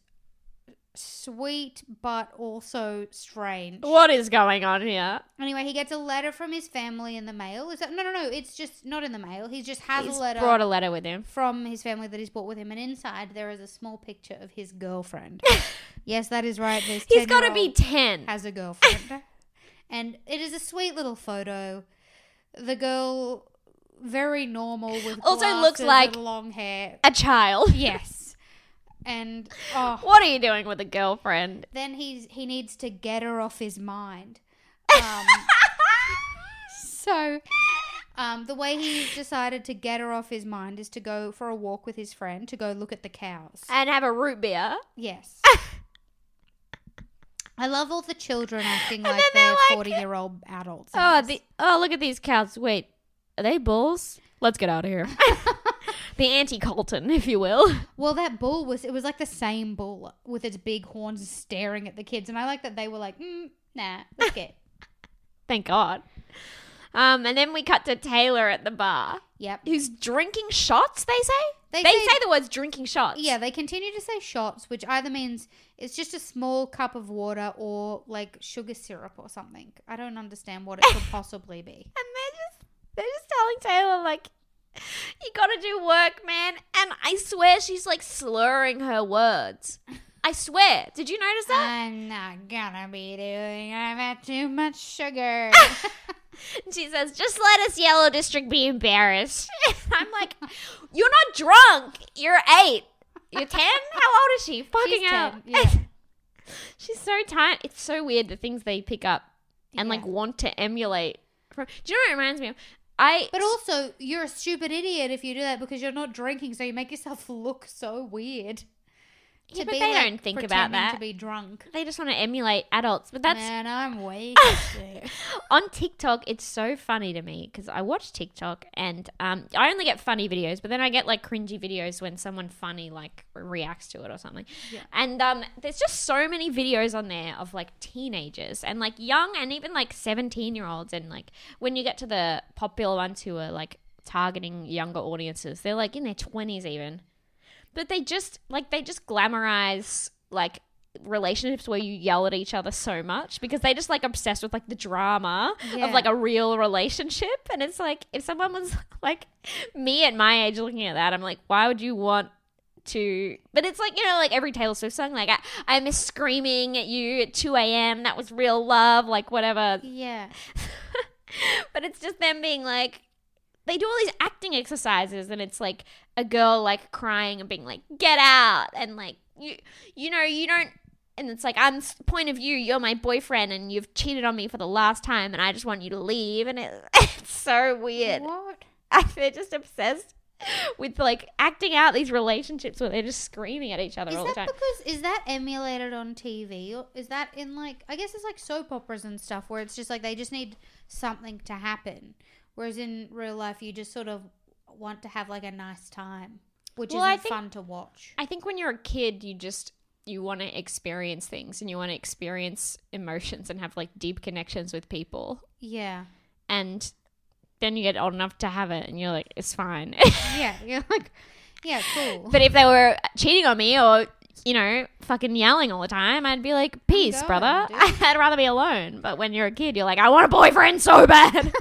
A: sweet but also strange.
C: What is going on here?
A: Anyway, he gets a letter from his family in the mail. Is that no, no, no? It's just not in the mail. He just has
C: He's
A: a letter
C: brought a letter with him.
A: from his family that he's brought with him, and inside there is a small picture of his girlfriend. yes, that is right. This
C: He's got to
A: 10-year-old
C: be 10.
A: has a girlfriend, and it is a sweet little photo. The girl, very normal, with
C: Also
A: glasses
C: looks like-
A: and long hair.
C: A child.
A: Yes, and oh,
C: What are you doing with a girlfriend?
A: then he's he needs to get her off his mind. Um, so, um, the way he's decided to get her off his mind is to go for a walk with his friend to go look at the cows.
C: And have a root beer.
A: Yes. I love all the children acting like
C: then they're
A: they're
C: like-
A: forty-year-old adults. in
C: Oh,
A: this.
C: the, oh, look at these cows. Wait, are they bulls? Let's get out of here. the anti Colton, if you will.
A: Well, that bull was, it was like the same bull with its big horns staring at the kids. And I like that they were like, mm, nah, let's get.
C: Thank God. Um, and then we cut to Taylor at the bar,
A: yep.
C: who's drinking shots, they say?
A: They
C: They,
A: say-
C: say, the words drinking shots.
A: Yeah, they continue to say shots, which either means it's just a small cup of water or like sugar syrup or something. I don't understand what it could possibly be.
C: And they're just they're just telling Taylor like you gotta do work, man. And I swear she's like slurring her words. I swear. Did you notice that?
A: I'm not gonna be doing, I've had too much sugar.
C: she says, just let us yellow district be embarrassed. I'm like, You're not drunk. You're eight. You're ten? How old is she? Fucking
A: She's
C: out.
A: 10, yeah.
C: She's so tight. It's so weird the things they pick up and
A: Yeah.
C: like want to emulate from Do you know what it reminds me of? I
A: But also, you're a stupid idiot if you do that because you're not drinking, so you make yourself look so weird.
C: Yeah,
A: To
C: but
A: be,
C: they
A: like,
C: don't think about
A: pretending
C: that.
A: To be drunk.
C: they just want to emulate adults, but that's
A: Man, I'm wasted.
C: on TikTok, it's so funny to me because I watch TikTok and um, I only get funny videos, but then I get like cringy videos when someone funny like reacts to it or something. And um, there's just so many videos on there of like teenagers and like young and even like 17 year olds. And like when you get to the popular ones who are like targeting younger audiences, they're like in their 20s even. But they just like they just glamorize like relationships where you yell at each other so much because they just like obsessed with like the drama
A: Yeah.
C: of like a real relationship and it's like if someone was like me at my age looking at that I'm like why would you want to but it's like you know like every Taylor Swift song like I, I miss screaming at you at 2 a.m that was real love like whatever
A: Yeah.
C: but it's just them being like they do all these acting exercises and it's like a girl like crying and being like get out and like you you know you don't and it's like i'm s- point of view you're my boyfriend and you've cheated on me for the last time and i just want you to leave and it, it's so weird
A: What?
C: they're just obsessed with like acting out these relationships where they're just screaming at each other
A: Is
C: all
A: that
C: the time
A: because is that emulated on TV or is that in like I guess it's like soap operas and stuff where it's just like they just need something to happen, whereas in real life you just sort of want to have like a nice time, which
C: Well, I
A: isn't
C: think-
A: fun to watch.
C: I think when you're a kid, you just you want to experience things and you want to experience emotions and have like deep connections with people,
A: Yeah,
C: and then you get old enough to have it, and you're like, it's fine.
A: yeah, you're like, yeah, cool.
C: but if they were cheating on me or you know fucking yelling all the time, I'd be like, peace,
A: going,
C: brother.
A: Oh dude.
C: I'd rather be alone. But when you're a kid, you're like, I want a boyfriend so bad.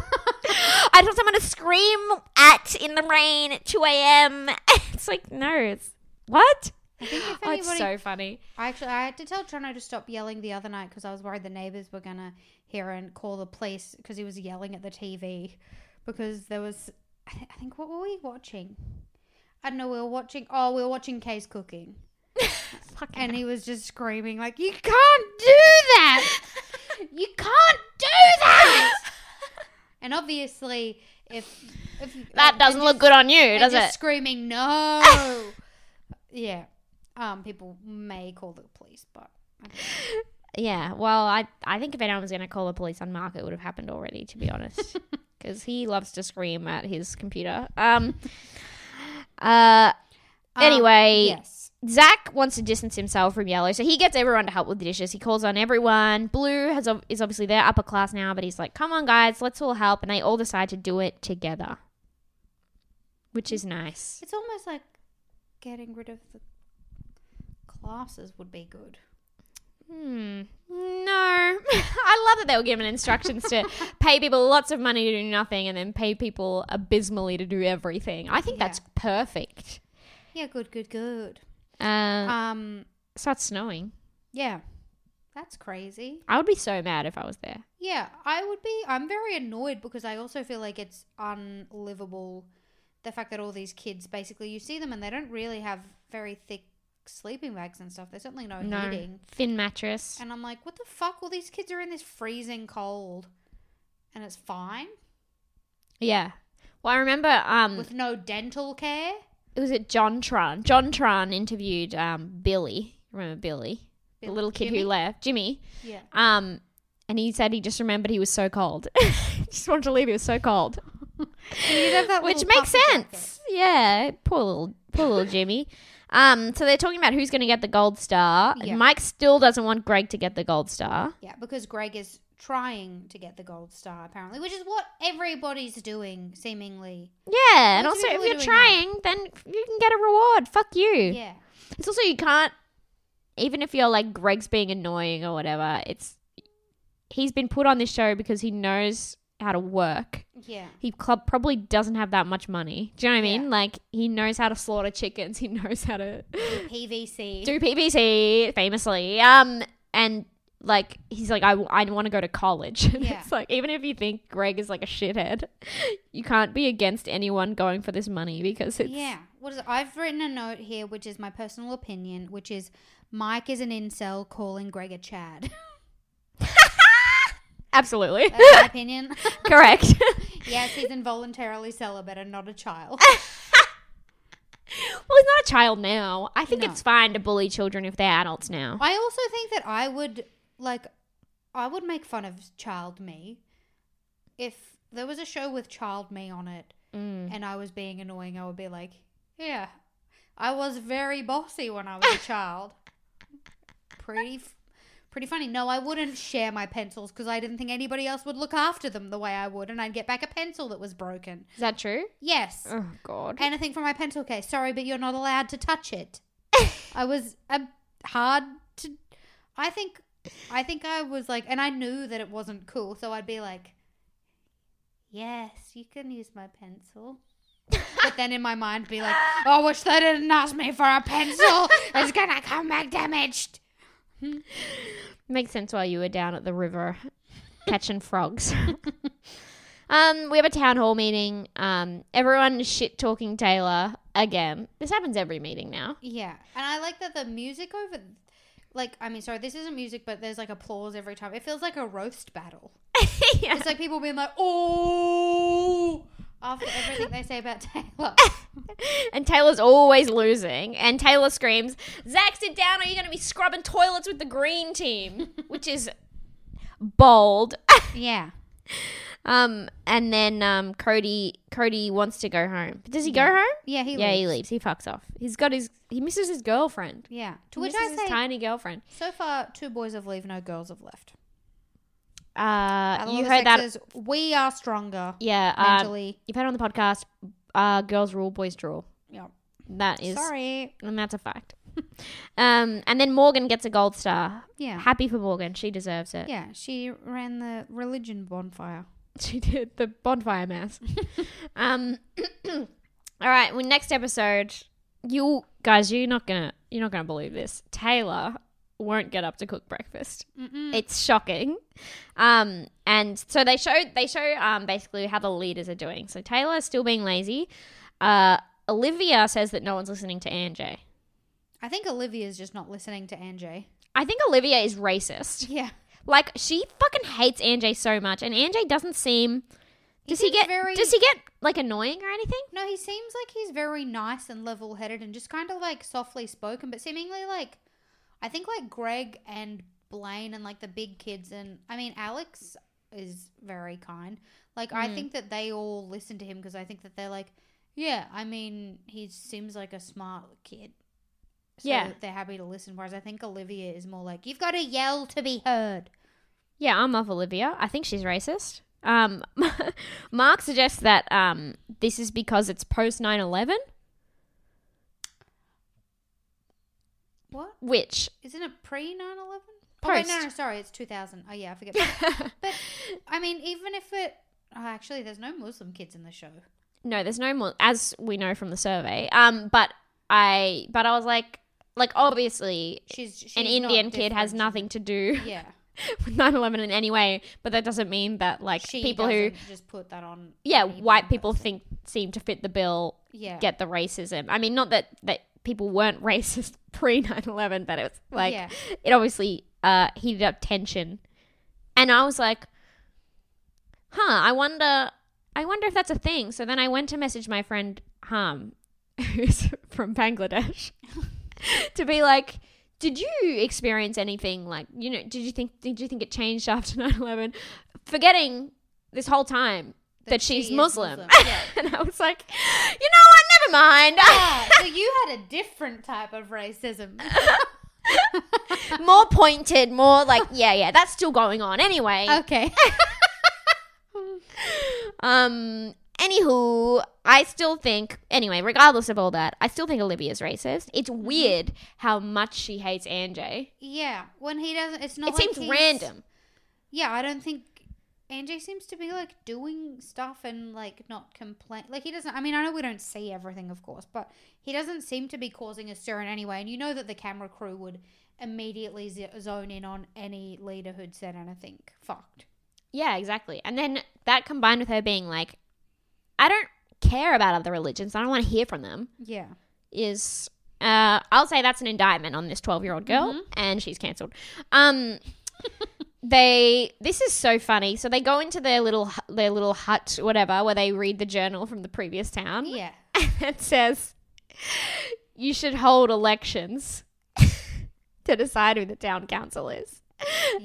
C: I want someone to scream at in the rain at 2 a.m. it's like, no, it's what?
A: I think if
C: Oh, it's
A: anybody,
C: so funny.
A: I actually I had to tell Jono to stop yelling the other night because I was worried the neighbors were gonna hear and call the police because he was yelling at the TV because there was I, th- I think what were we watching? I don't know. We were watching. Oh, we were watching Case Cooking,
C: Fucking
A: and he was just screaming like, "You can't do that! You can't do that!" and obviously, if if
C: That
A: and
C: doesn't
A: just-
C: look good on you,
A: and
C: does
A: just
C: it?
A: Screaming no. yeah. Um, people may call the police, but
C: Yeah. Well, I I think if anyone was going to call the police on Mark, it would have happened already, to be honest, because he loves to scream at his computer. Um. Uh.
A: Um,
C: Anyway,
A: yes.
C: Zach wants to distance himself from Yellow, so he gets everyone to help with the dishes. He calls on everyone. Blue has ob- is obviously their upper class now, but he's like, "Come on, guys, let's all help," and they all decide to do it together, which is nice.
A: It's almost like getting rid of the classes would be good.
C: Hmm. No. I love that they were given instructions to pay people lots of money to do nothing and then pay people abysmally to do everything. I think
A: Yeah.
C: that's perfect.
A: Yeah, good, good, good.
C: Uh,
A: Um,
C: starts snowing.
A: yeah. That's crazy.
C: I would be so mad if I was there.
A: Yeah, I would be I'm very annoyed because I also feel like it's unlivable the fact that all these kids basically you see them and they don't really have very thick sleeping bags and stuff. There's certainly no,
C: No.
A: heating.
C: Thin mattress.
A: And I'm like, what the fuck? All these kids are in this freezing cold and it's fine
C: Yeah. Well, I remember um,
A: with no dental care.
C: it was at John Tron. John Tron interviewed um, Billy. Remember Billy? The
A: Bill-
C: little kid
A: Jimmy?
C: who left. Jimmy.
A: Yeah.
C: Um, and he said he just remembered he was so cold. just wanted to leave. He was so cold. Which makes sense. Yeah, poor little, poor little Jimmy. Um, so they're talking about who's going to get the gold star.
A: Yeah.
C: And Mike still doesn't want Greg to get the gold star.
A: Yeah, because Greg is trying to get the gold star apparently, which is what everybody's doing seemingly.
C: Yeah, and
A: Lots of
C: also if
A: people are
C: you're
A: doing
C: trying, then you can get a reward. Fuck you.
A: Yeah.
C: It's also you can't, even if you're like Greg's being annoying or whatever. It's he's been put on this show because he knows how to work.
A: Yeah.
C: He club probably doesn't have that much money. Do you know what I mean? Like he knows how to slaughter chickens. He knows how to
A: PVC.
C: do PVC famously. Um, and like he's like, I, want to go to college. And
A: Yeah.
C: it's like even if you think Greg is like a shithead, you can't be against anyone going for this money because it's
A: yeah. What is it? I've written a note here which is my personal opinion, which is Mike is an incel calling Greg a Chad.
C: absolutely
A: That's my opinion.
C: correct.
A: yes, he's involuntarily celibate and not a child.
C: well, he's not a child now. I think
A: No.
C: it's fine to bully children if they're adults now.
A: I also think that I would like I would make fun of child me if there was a show with child me on it and I was being annoying I would be like yeah I was very bossy when I was a child pretty f- pretty funny no I wouldn't share my pencils cuz I didn't think anybody else would look after them the way I would and I'd get back a pencil that was broken
C: Is that true?
A: yes
C: Oh God.
A: anything from my pencil case. Sorry, but you're not allowed to touch it. I was um, hard to I think I think I was like and I knew that it wasn't cool, so I'd be like Yes, you can use my pencil. but then in my mind be like, Oh, wish they didn't ask me for a pencil. It's gonna come back damaged.
C: Makes sense while you were down at the river catching frogs. um, we have a town hall meeting. Um, everyone shit talking Taylor again. This happens every meeting now.
A: Yeah. And I like that the music over like I mean, sorry, this isn't music, but there's like applause every time. It feels like a roast battle. It's like people being like, Oh after everything they say about Taylor.
C: And Taylor's always losing. And Taylor screams, Zach, sit down or you're going to be scrubbing toilets with the green team, which is bold.
A: yeah.
C: um, and then um, Cody Cody wants to go home. But does he go home?
A: Yeah, he
C: yeah,
A: leaves.
C: he leaves. He fucks off. He's got his. He misses his girlfriend.
A: Yeah. To
C: He
A: which
C: misses
A: I
C: his
A: say
C: tiny girlfriend.
A: so far two boys have left, no girls have left.
C: Uh,
A: Battle
C: you
A: of the
C: heard that?
A: Sexes, we are stronger.
C: Yeah, uh,
A: Mentally.
C: you've heard on the podcast. Uh, girls rule, boys draw.
A: Yeah.
C: That is,
A: Sorry.
C: and that's a fact. um, and then Morgan gets a gold star.
A: Yeah.
C: Happy for Morgan. She deserves it.
A: yeah, she ran the religion bonfire.
C: She did the bonfire mass. um, all right. Well, next episode, you guys, you're not gonna, you're not gonna believe this. Taylor won't get up to cook breakfast. It's shocking. Um, and so they show, they show, um, basically how the leaders are doing. So Taylor's still being lazy. Uh, Olivia says that no one's listening to Anjay.
A: I think Olivia's just not listening to Anjay.
C: I think Olivia is racist.
A: Yeah.
C: Like she fucking hates Anjay so much, and Anjay doesn't seem. Does he,
A: seems
C: get?
A: very-
C: Does he get like annoying or anything?
A: No, he seems like he's very nice and level headed and just kind of like softly spoken, but seemingly like I think like Greg and Blaine and like the big kids and I mean Alex is very kind. Like
C: Mm.
A: I think that they all listen to him because I think that they're like, yeah, I mean he seems like a smart kid. So
C: Yeah.
A: they're happy to listen. Whereas I think Olivia is more like, you've got to yell to be heard.
C: Yeah, I'm off Olivia. I think she's racist. Um, Mark suggests that um, this is because it's post 9 11,
A: What?
C: which,
A: Isn't it pre 9 11? Oh, wait, no,
C: Post.
A: no, sorry, it's 2000. Oh, yeah, I forget. But, but, I mean, even if it. Oh, actually, there's no Muslim kids in the show.
C: no, there's no more, as we know from the survey. Um, but I, but I was like, like obviously,
A: She's, she's
C: an
A: not
C: Indian kid has
A: different.
C: nothing to do
A: Yeah.
C: with 9 11 in any way, but that doesn't mean that like
A: She
C: people who,
A: doesn't just put that on.
C: yeah,
A: any
C: white
A: one
C: people
A: person.
C: think seem to fit the bill
A: Yeah.
C: get the racism. I mean, not that that people weren't racist pre 9/11, but it was like
A: Yeah.
C: it obviously uh, heated up tension. And I was like, "Huh, I wonder I wonder if that's a thing." So then I went to message my friend Ham who's from Bangladesh to be like, "Did you experience anything like, you know, did you think did you think it changed after 9/11?" Forgetting this whole time that, she's
A: she is
C: Muslim.
A: Muslim, yeah.
C: and I was like, you know what? Never mind.
A: Ah, so you had a different type of racism.
C: more pointed, more like, yeah, yeah, that's still going on anyway.
A: okay.
C: Um, anywho, I still think, anyway, regardless of all that, I still think Olivia's racist. It's weird how much she hates Anjay.
A: Yeah. When he doesn't. It's not
C: It
A: like
C: seems
A: he's-
C: random.
A: Yeah, I don't think Anjay seems to be like doing stuff and like not complain. Like he doesn't. I mean, I know we don't see everything, of course, but he doesn't seem to be causing a stir in any way. And you know that the camera crew would immediately z- zone in on any leader who'd said anything fucked.
C: Yeah, exactly. And then that combined with her being like, I don't care about other religions, I don't want to hear from them,
A: Yeah.
C: is. Uh, I'll say that's an indictment on this 12 year old girl, and she's cancelled. Um, they this is so funny. So they go into their little hu- their little hut, whatever, where they read the journal from the previous town.
A: Yeah.
C: that says you should hold elections to decide who the town council is.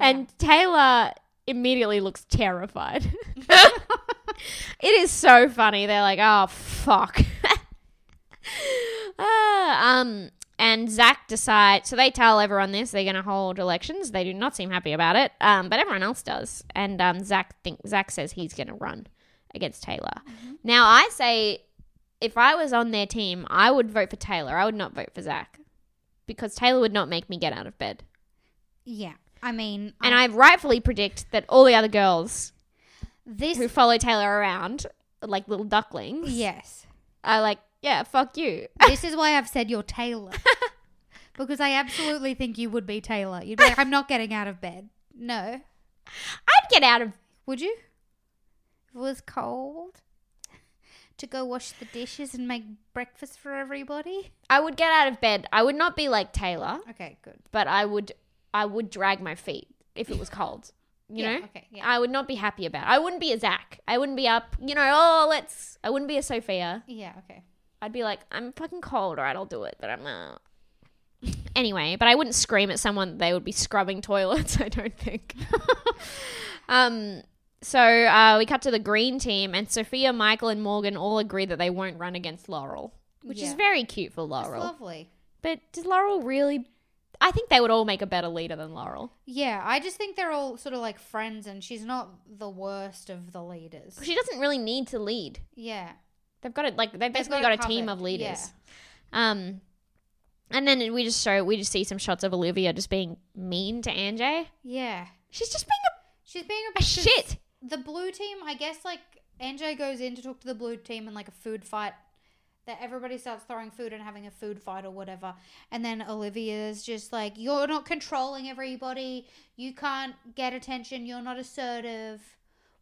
C: And Taylor immediately looks terrified. it is so funny. They're like, oh, fuck. Ah, um, and Zach decides, so they tell everyone this, they're going to hold elections. They do not seem happy about it, um, but everyone else does. And um, Zach, think, Zach says he's going to run against Taylor. Now, I say if I was on their team, I would vote for Taylor. I would not vote for Zach because Taylor would not make me get out of bed.
A: Yeah. I mean,
C: And I rightfully predict that all the other girls
A: this
C: who follow Taylor around, like little ducklings,
A: yes.
C: are like, yeah, fuck you.
A: this is why I've said you're Taylor. because I absolutely think you would be Taylor. You'd be like, I'm not getting out of bed. No.
C: I'd get out of.
A: Would you? If it was cold? To go wash the dishes and make breakfast for everybody?
C: I would get out of bed. I would not be like Taylor,
A: Okay, good.
C: but I would. I would drag my feet if it was cold. You
A: Yeah,
C: know.
A: okay, yeah.
C: I would not be happy about. It. I wouldn't be a Zach. I wouldn't be up. You know. Oh, let's. I wouldn't be a Sophia.
A: Yeah, okay.
C: I'd be like, I'm fucking cold. All right, I'll do it, but I'm not. Anyway, but I wouldn't scream at someone. They would be scrubbing toilets. I don't think. um. So uh, we cut to the green team, and Sophia, Michael, and Morgan all agree that they won't run against Laurel, which is
A: Yeah.
C: very cute for
A: That's
C: Laurel.
A: lovely.
C: But does Laurel really? I think they would all make a better leader than Laurel.
A: Yeah, I just think they're all sort of like friends and she's not the worst of the leaders.
C: She doesn't really need to lead.
A: Yeah.
C: They've got it. Like they've basically
A: got
C: got,
A: it
C: a team
A: covered,
C: of leaders. Um, and then we just show we just see some shots of Olivia just being mean to Anjay.
A: Yeah.
C: She's just being
A: She's being
C: a, a
A: a
C: shit.
A: The blue team, I guess, like NJ goes in to talk to the blue team in like a food fight. That everybody starts throwing food and having a food fight or whatever, and then Olivia's just like, "You're not controlling everybody. You can't get attention. You're not assertive,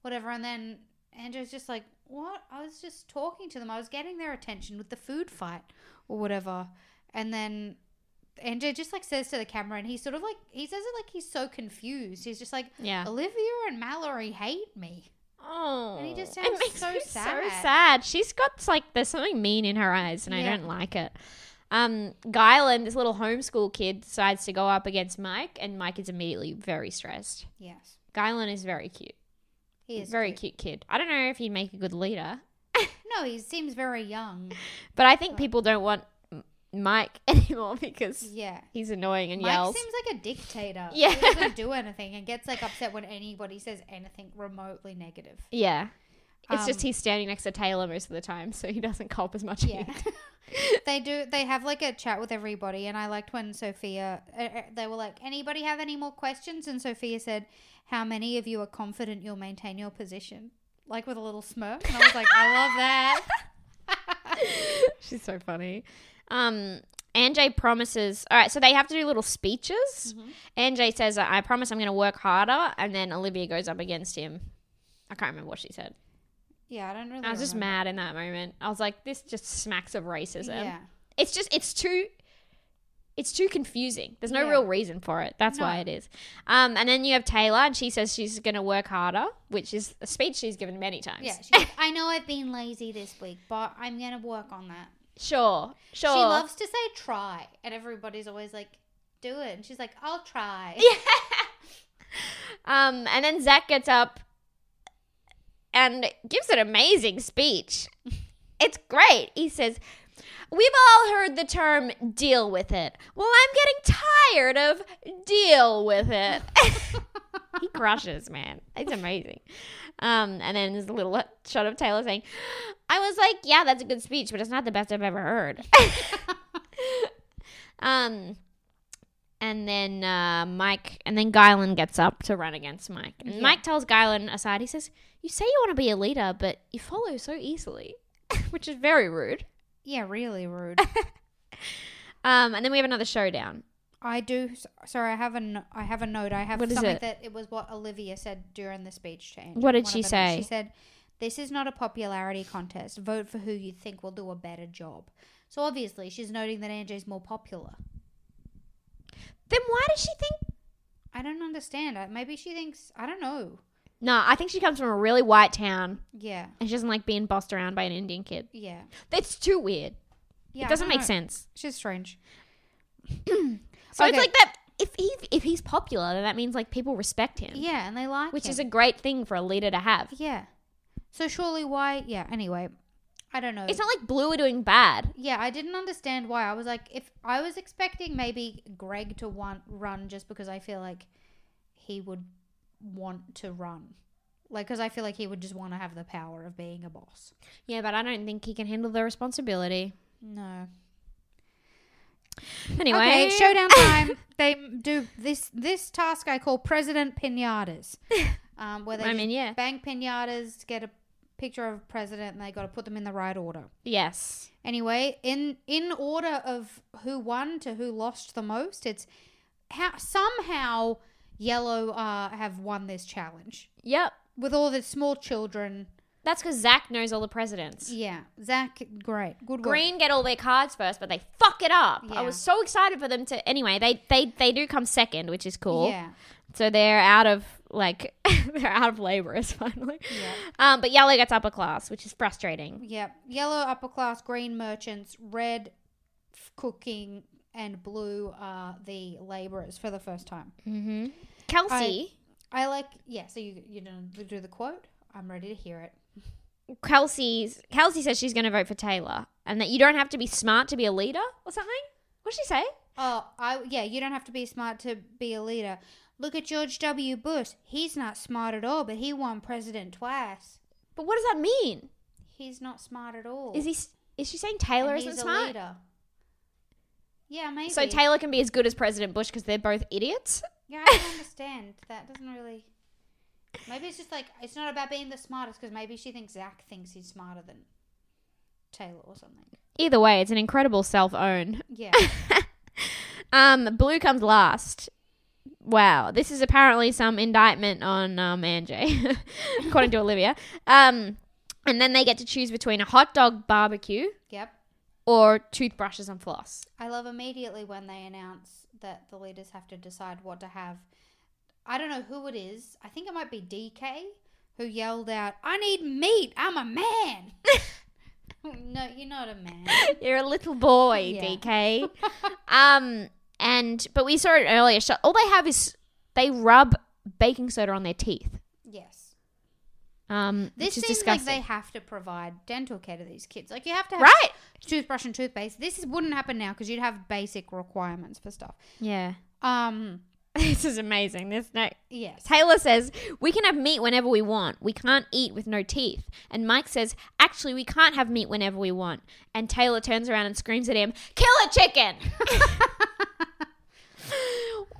A: whatever." And then Andrew's just like, "What? I was just talking to them. I was getting their attention with the food fight or whatever." And then Andrew just like says to the camera, and he sort of like he says it like he's so confused. He's just like,
C: Yeah.
A: Olivia and Mallory hate me.
C: Oh,
A: And he just sounds so sad.
C: sad. She's got like there's something mean in her eyes, and I
A: Yeah.
C: don't like it. Um, Guyland, this little homeschool kid, decides to go up against Mike, and Mike is immediately very stressed.
A: Yes,
C: Guyland is very cute.
A: he is
C: very cute. kid. I don't know if he'd make a good leader,
A: No, he seems very young.
C: but I think people don't want M- Mike anymore because
A: Yeah,
C: he's annoying and
A: Mike
C: yells.
A: seems like a dictator.
C: Yeah.
A: he doesn't do anything and gets like upset when anybody says anything remotely negative.
C: yeah. It's just
A: Um,
C: he's standing next to Taylor most of the time, so he doesn't cop as much.
A: Yeah.
C: heat.
A: they do. They have like a chat with everybody, and I liked when Sophia. Uh, uh, they were like, "Anybody have any more questions?" And Sophia said, "How many of you are confident you'll maintain your position?" Like with a little smirk, and I was like, "I love that."
C: She's so funny. Um, Anjay promises. All right, so they have to do little speeches.
A: Mm-hmm.
C: Anjay says, "I promise I'm going to work harder," and then Olivia goes up against him. I can't remember what she said.
A: Yeah, I don't really.
C: I was just
A: remember.
C: mad in that moment. I was like, "This just smacks of racism."
A: Yeah.
C: It's just it's too it's too confusing. There's no
A: Yeah.
C: real reason for it. That's why it is. Um, and then you have Taylor, and she says she's going to work harder, which is a speech she's given many times.
A: Yeah, she's, I know I've been lazy this week, but I'm gonna work on that.
C: sure, sure.
A: She loves to say try, and everybody's always like, do it. And she's like, I'll try.
C: Um, and then Zach gets up and gives an amazing speech. It's great. He says, We've all heard the term deal with it. Well, I'm getting tired of deal with it. he crushes, man. It's amazing. Um, and then there's a little shot of Taylor saying, I was like, yeah, that's a good speech, but it's not the best I've ever heard. um, and then uh, Mike, and then Guyland gets up to run against Mike. And Mike tells Guyland aside, he says, You say you want to be a leader, but you follow so easily, which is very rude.
A: Yeah, really rude.
C: Um, and then we have another showdown.
A: I do. Sorry, I have a no- I have a note. I have
C: What is
A: something
C: it?
A: that it was what Olivia said during the speech change.
C: What did
A: One
C: she
A: of the notes. She
C: say?
A: said, "This is not a popularity contest. Vote for who you think will do a better job." So obviously, she's noting that Angie's more popular.
C: Then why does she think?
A: I don't understand. I- Maybe she thinks I don't know.
C: No, I think she comes from a really white town
A: Yeah,
C: and she doesn't like being bossed around by an Indian kid.
A: yeah,
C: That's too weird.
A: yeah. I
C: it doesn't
A: don't
C: make
A: know.
C: sense.
A: She's strange.
C: So
A: Okay.
C: it's like that. If he if he's popular, then that means like people respect him.
A: Yeah, and they like
C: which
A: him.
C: is a great thing for a leader to have.
A: Yeah. So surely why? Yeah. Anyway, I don't know.
C: It's not like Blue are doing bad.
A: yeah, I didn't understand why. I was like, if I was expecting maybe Greg to want run just because I feel like he would want to run, like because I feel like he would just want to have the power of being a boss.
C: Yeah, but I don't think he can handle the responsibility.
A: No.
C: Anyway,
A: Okay, showdown time. they do this this task I call President Pinatas, um, where they
C: I mean,
A: just
C: yeah.
A: bang pinatas to get a picture of a president, and they got to put them in the right order.
C: Yes.
A: Anyway, in in order of who won to who lost the most, it's how somehow yellow uh, have won this challenge
C: Yep.
A: with all the small children.
C: That's because Zach knows all the presidents.
A: Yeah, Zach, great, good work.
C: Green get all their cards first, but they fuck it up.
A: Yeah.
C: I was so excited for them to. Anyway, they they they do come second, which is cool.
A: Yeah,
C: So they're out of like they're out of laborers finally. Um, but yellow gets upper class, which is frustrating.
A: yeah. Yellow upper class, green merchants, red f- cooking, and blue are the laborers for the first time.
C: Kelsey,
A: I like. Yeah, so you you know do the quote. I'm ready to hear it.
C: Kelsey's Kelsey says she's going to vote for Taylor, and that you don't have to be smart to be a leader or something. What'd she say?
A: Oh, I yeah, you don't have to be smart to be a leader. Look at George W. Bush. He's not smart at all, but he won president twice.
C: But what does that mean?
A: He's not smart at all.
C: Is he? s- Is she saying
A: And
C: Taylor
A: he's
C: isn't
A: a
C: smart?
A: leader. Yeah, maybe.
C: So Taylor can be as good as President Bush because they're both idiots.
A: Yeah, I don't understand. That doesn't really. Maybe it's just like it's not about being the smartest because maybe she thinks Zach thinks he's smarter than Taylor or something.
C: Either way, it's an incredible self own.
A: Yeah.
C: Um, blue comes last. Wow, this is apparently some indictment on um, Anjay, according to Olivia. Um, and then they get to choose between a hot dog barbecue
A: yep.
C: or toothbrushes and floss.
A: I love immediately when they announce that the leaders have to decide what to have. I don't know who it is. I think it might be DK who yelled out, "I need meat. I'm a man." no, you're not a man.
C: You're a little boy,
A: Yeah.
C: DK. um, and but we saw it earlier. Sh- All they have is they rub baking soda on their teeth.
A: Yes.
C: Um,
A: This
C: which is
A: seems
C: disgusting.
A: like they have to provide dental care to these kids. Like you have to have
C: right?
A: toothbrush and toothpaste. This is, wouldn't happen now because you'd have basic requirements for stuff.
C: Yeah.
A: Um,
C: This is amazing. This no
A: yes.
C: Taylor says, We can have meat whenever we want. We can't eat with no teeth. And Mike says, Actually, we can't have meat whenever we want. And Taylor turns around and screams at him, Kill a chicken!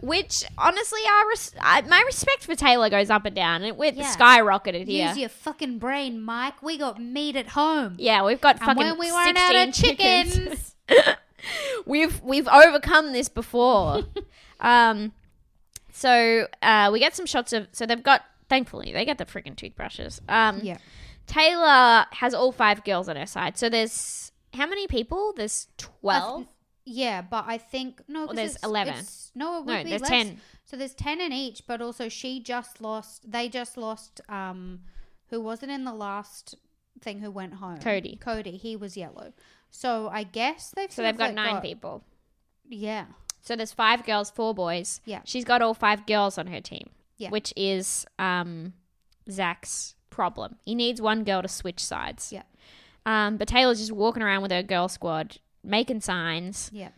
C: Which, honestly, I res- I, my respect for Taylor goes up and down. It went
A: Yeah.
C: skyrocketed here.
A: Use your fucking brain, Mike. We got meat at home.
C: yeah, we've got
A: And
C: fucking
A: when we weren't
C: 16
A: out of
C: chickens.
A: chickens.
C: we've we've overcome this before. um, so uh, we get some shots of. So they've got. Thankfully, they get the freaking toothbrushes. Um,
A: yeah.
C: Taylor has all five girls on her side. So there's how many people? There's twelve.
A: Yeah, but I think no. 'cause
C: there's
A: it's-
C: 11.
A: it's- no, it would
C: No,
A: be
C: there's
A: less.
C: 10.
A: So there's ten in each, but also she just lost. They just lost. Um, who wasn't in the last thing? Who went home?
C: Cody.
A: Cody. He was yellow. So I guess they've.
C: so
A: sort
C: they've
A: of,
C: got
A: like,
C: nine people.
A: Yeah.
C: So there's five girls, four boys.
A: Yeah.
C: She's got all five girls on her team.
A: Yeah.
C: Which is um, Zach's problem. He needs one girl to switch sides.
A: Yeah.
C: Um, but Taylor's just walking around with her girl squad, making signs.
A: Yeah.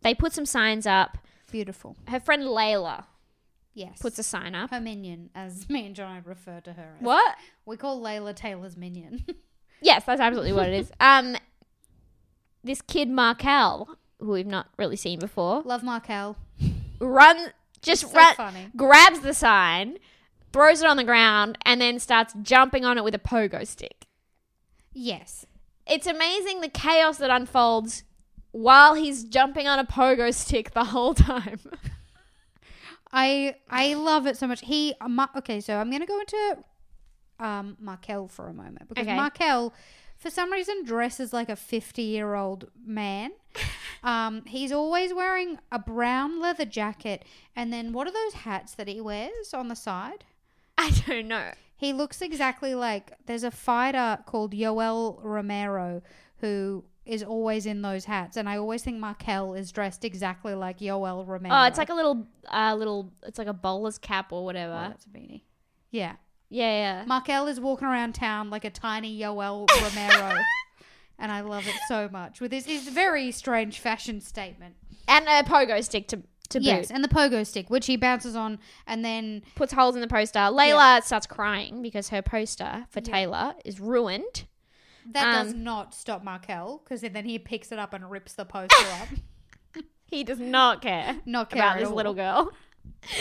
C: They put some signs up.
A: Beautiful.
C: Her friend Layla
A: Yes.
C: puts a sign up.
A: her minion, as me and John refer to her. As.
C: What?
A: We call Layla Taylor's minion.
C: Yes, that's absolutely what it is. Um, this kid Markel, who we've not really seen before,
A: Love Markel.
C: run just
A: So
C: run,
A: funny.
C: grabs the sign, throws it on the ground, and then starts jumping on it with a pogo stick.
A: Yes.
C: It's amazing the chaos that unfolds while he's jumping on a pogo stick the whole time.
A: I I love it so much. He uh, Ma- okay, so I'm gonna go into um Markel for a moment because
C: Okay.
A: Markel, for some reason, dresses like a 50 year old man. um, he's always wearing a brown leather jacket, and then what are those hats that he wears on the side?
C: I don't know.
A: He looks exactly like there's a fighter called Yoel Romero who is always in those hats, and I always think Markel is dressed exactly like Yoel Romero.
C: Oh, it's like a little, uh, little. It's like a bowler's cap or whatever.
A: that's a beanie. Yeah.
C: Yeah, yeah.
A: Markel is walking around town like a tiny Yoel Romero. and I love it so much with his, his very strange fashion statement.
C: and a pogo stick to to
A: Yes,
C: boot.
A: and the pogo stick, which he bounces on and then
C: Puts holes in the poster. Layla starts crying because her poster for Taylor is ruined.
A: that does not stop Markel because then he picks it up and rips the poster up.
C: He does not care.
A: Not care
C: about
A: at
C: this
A: all.
C: little girl.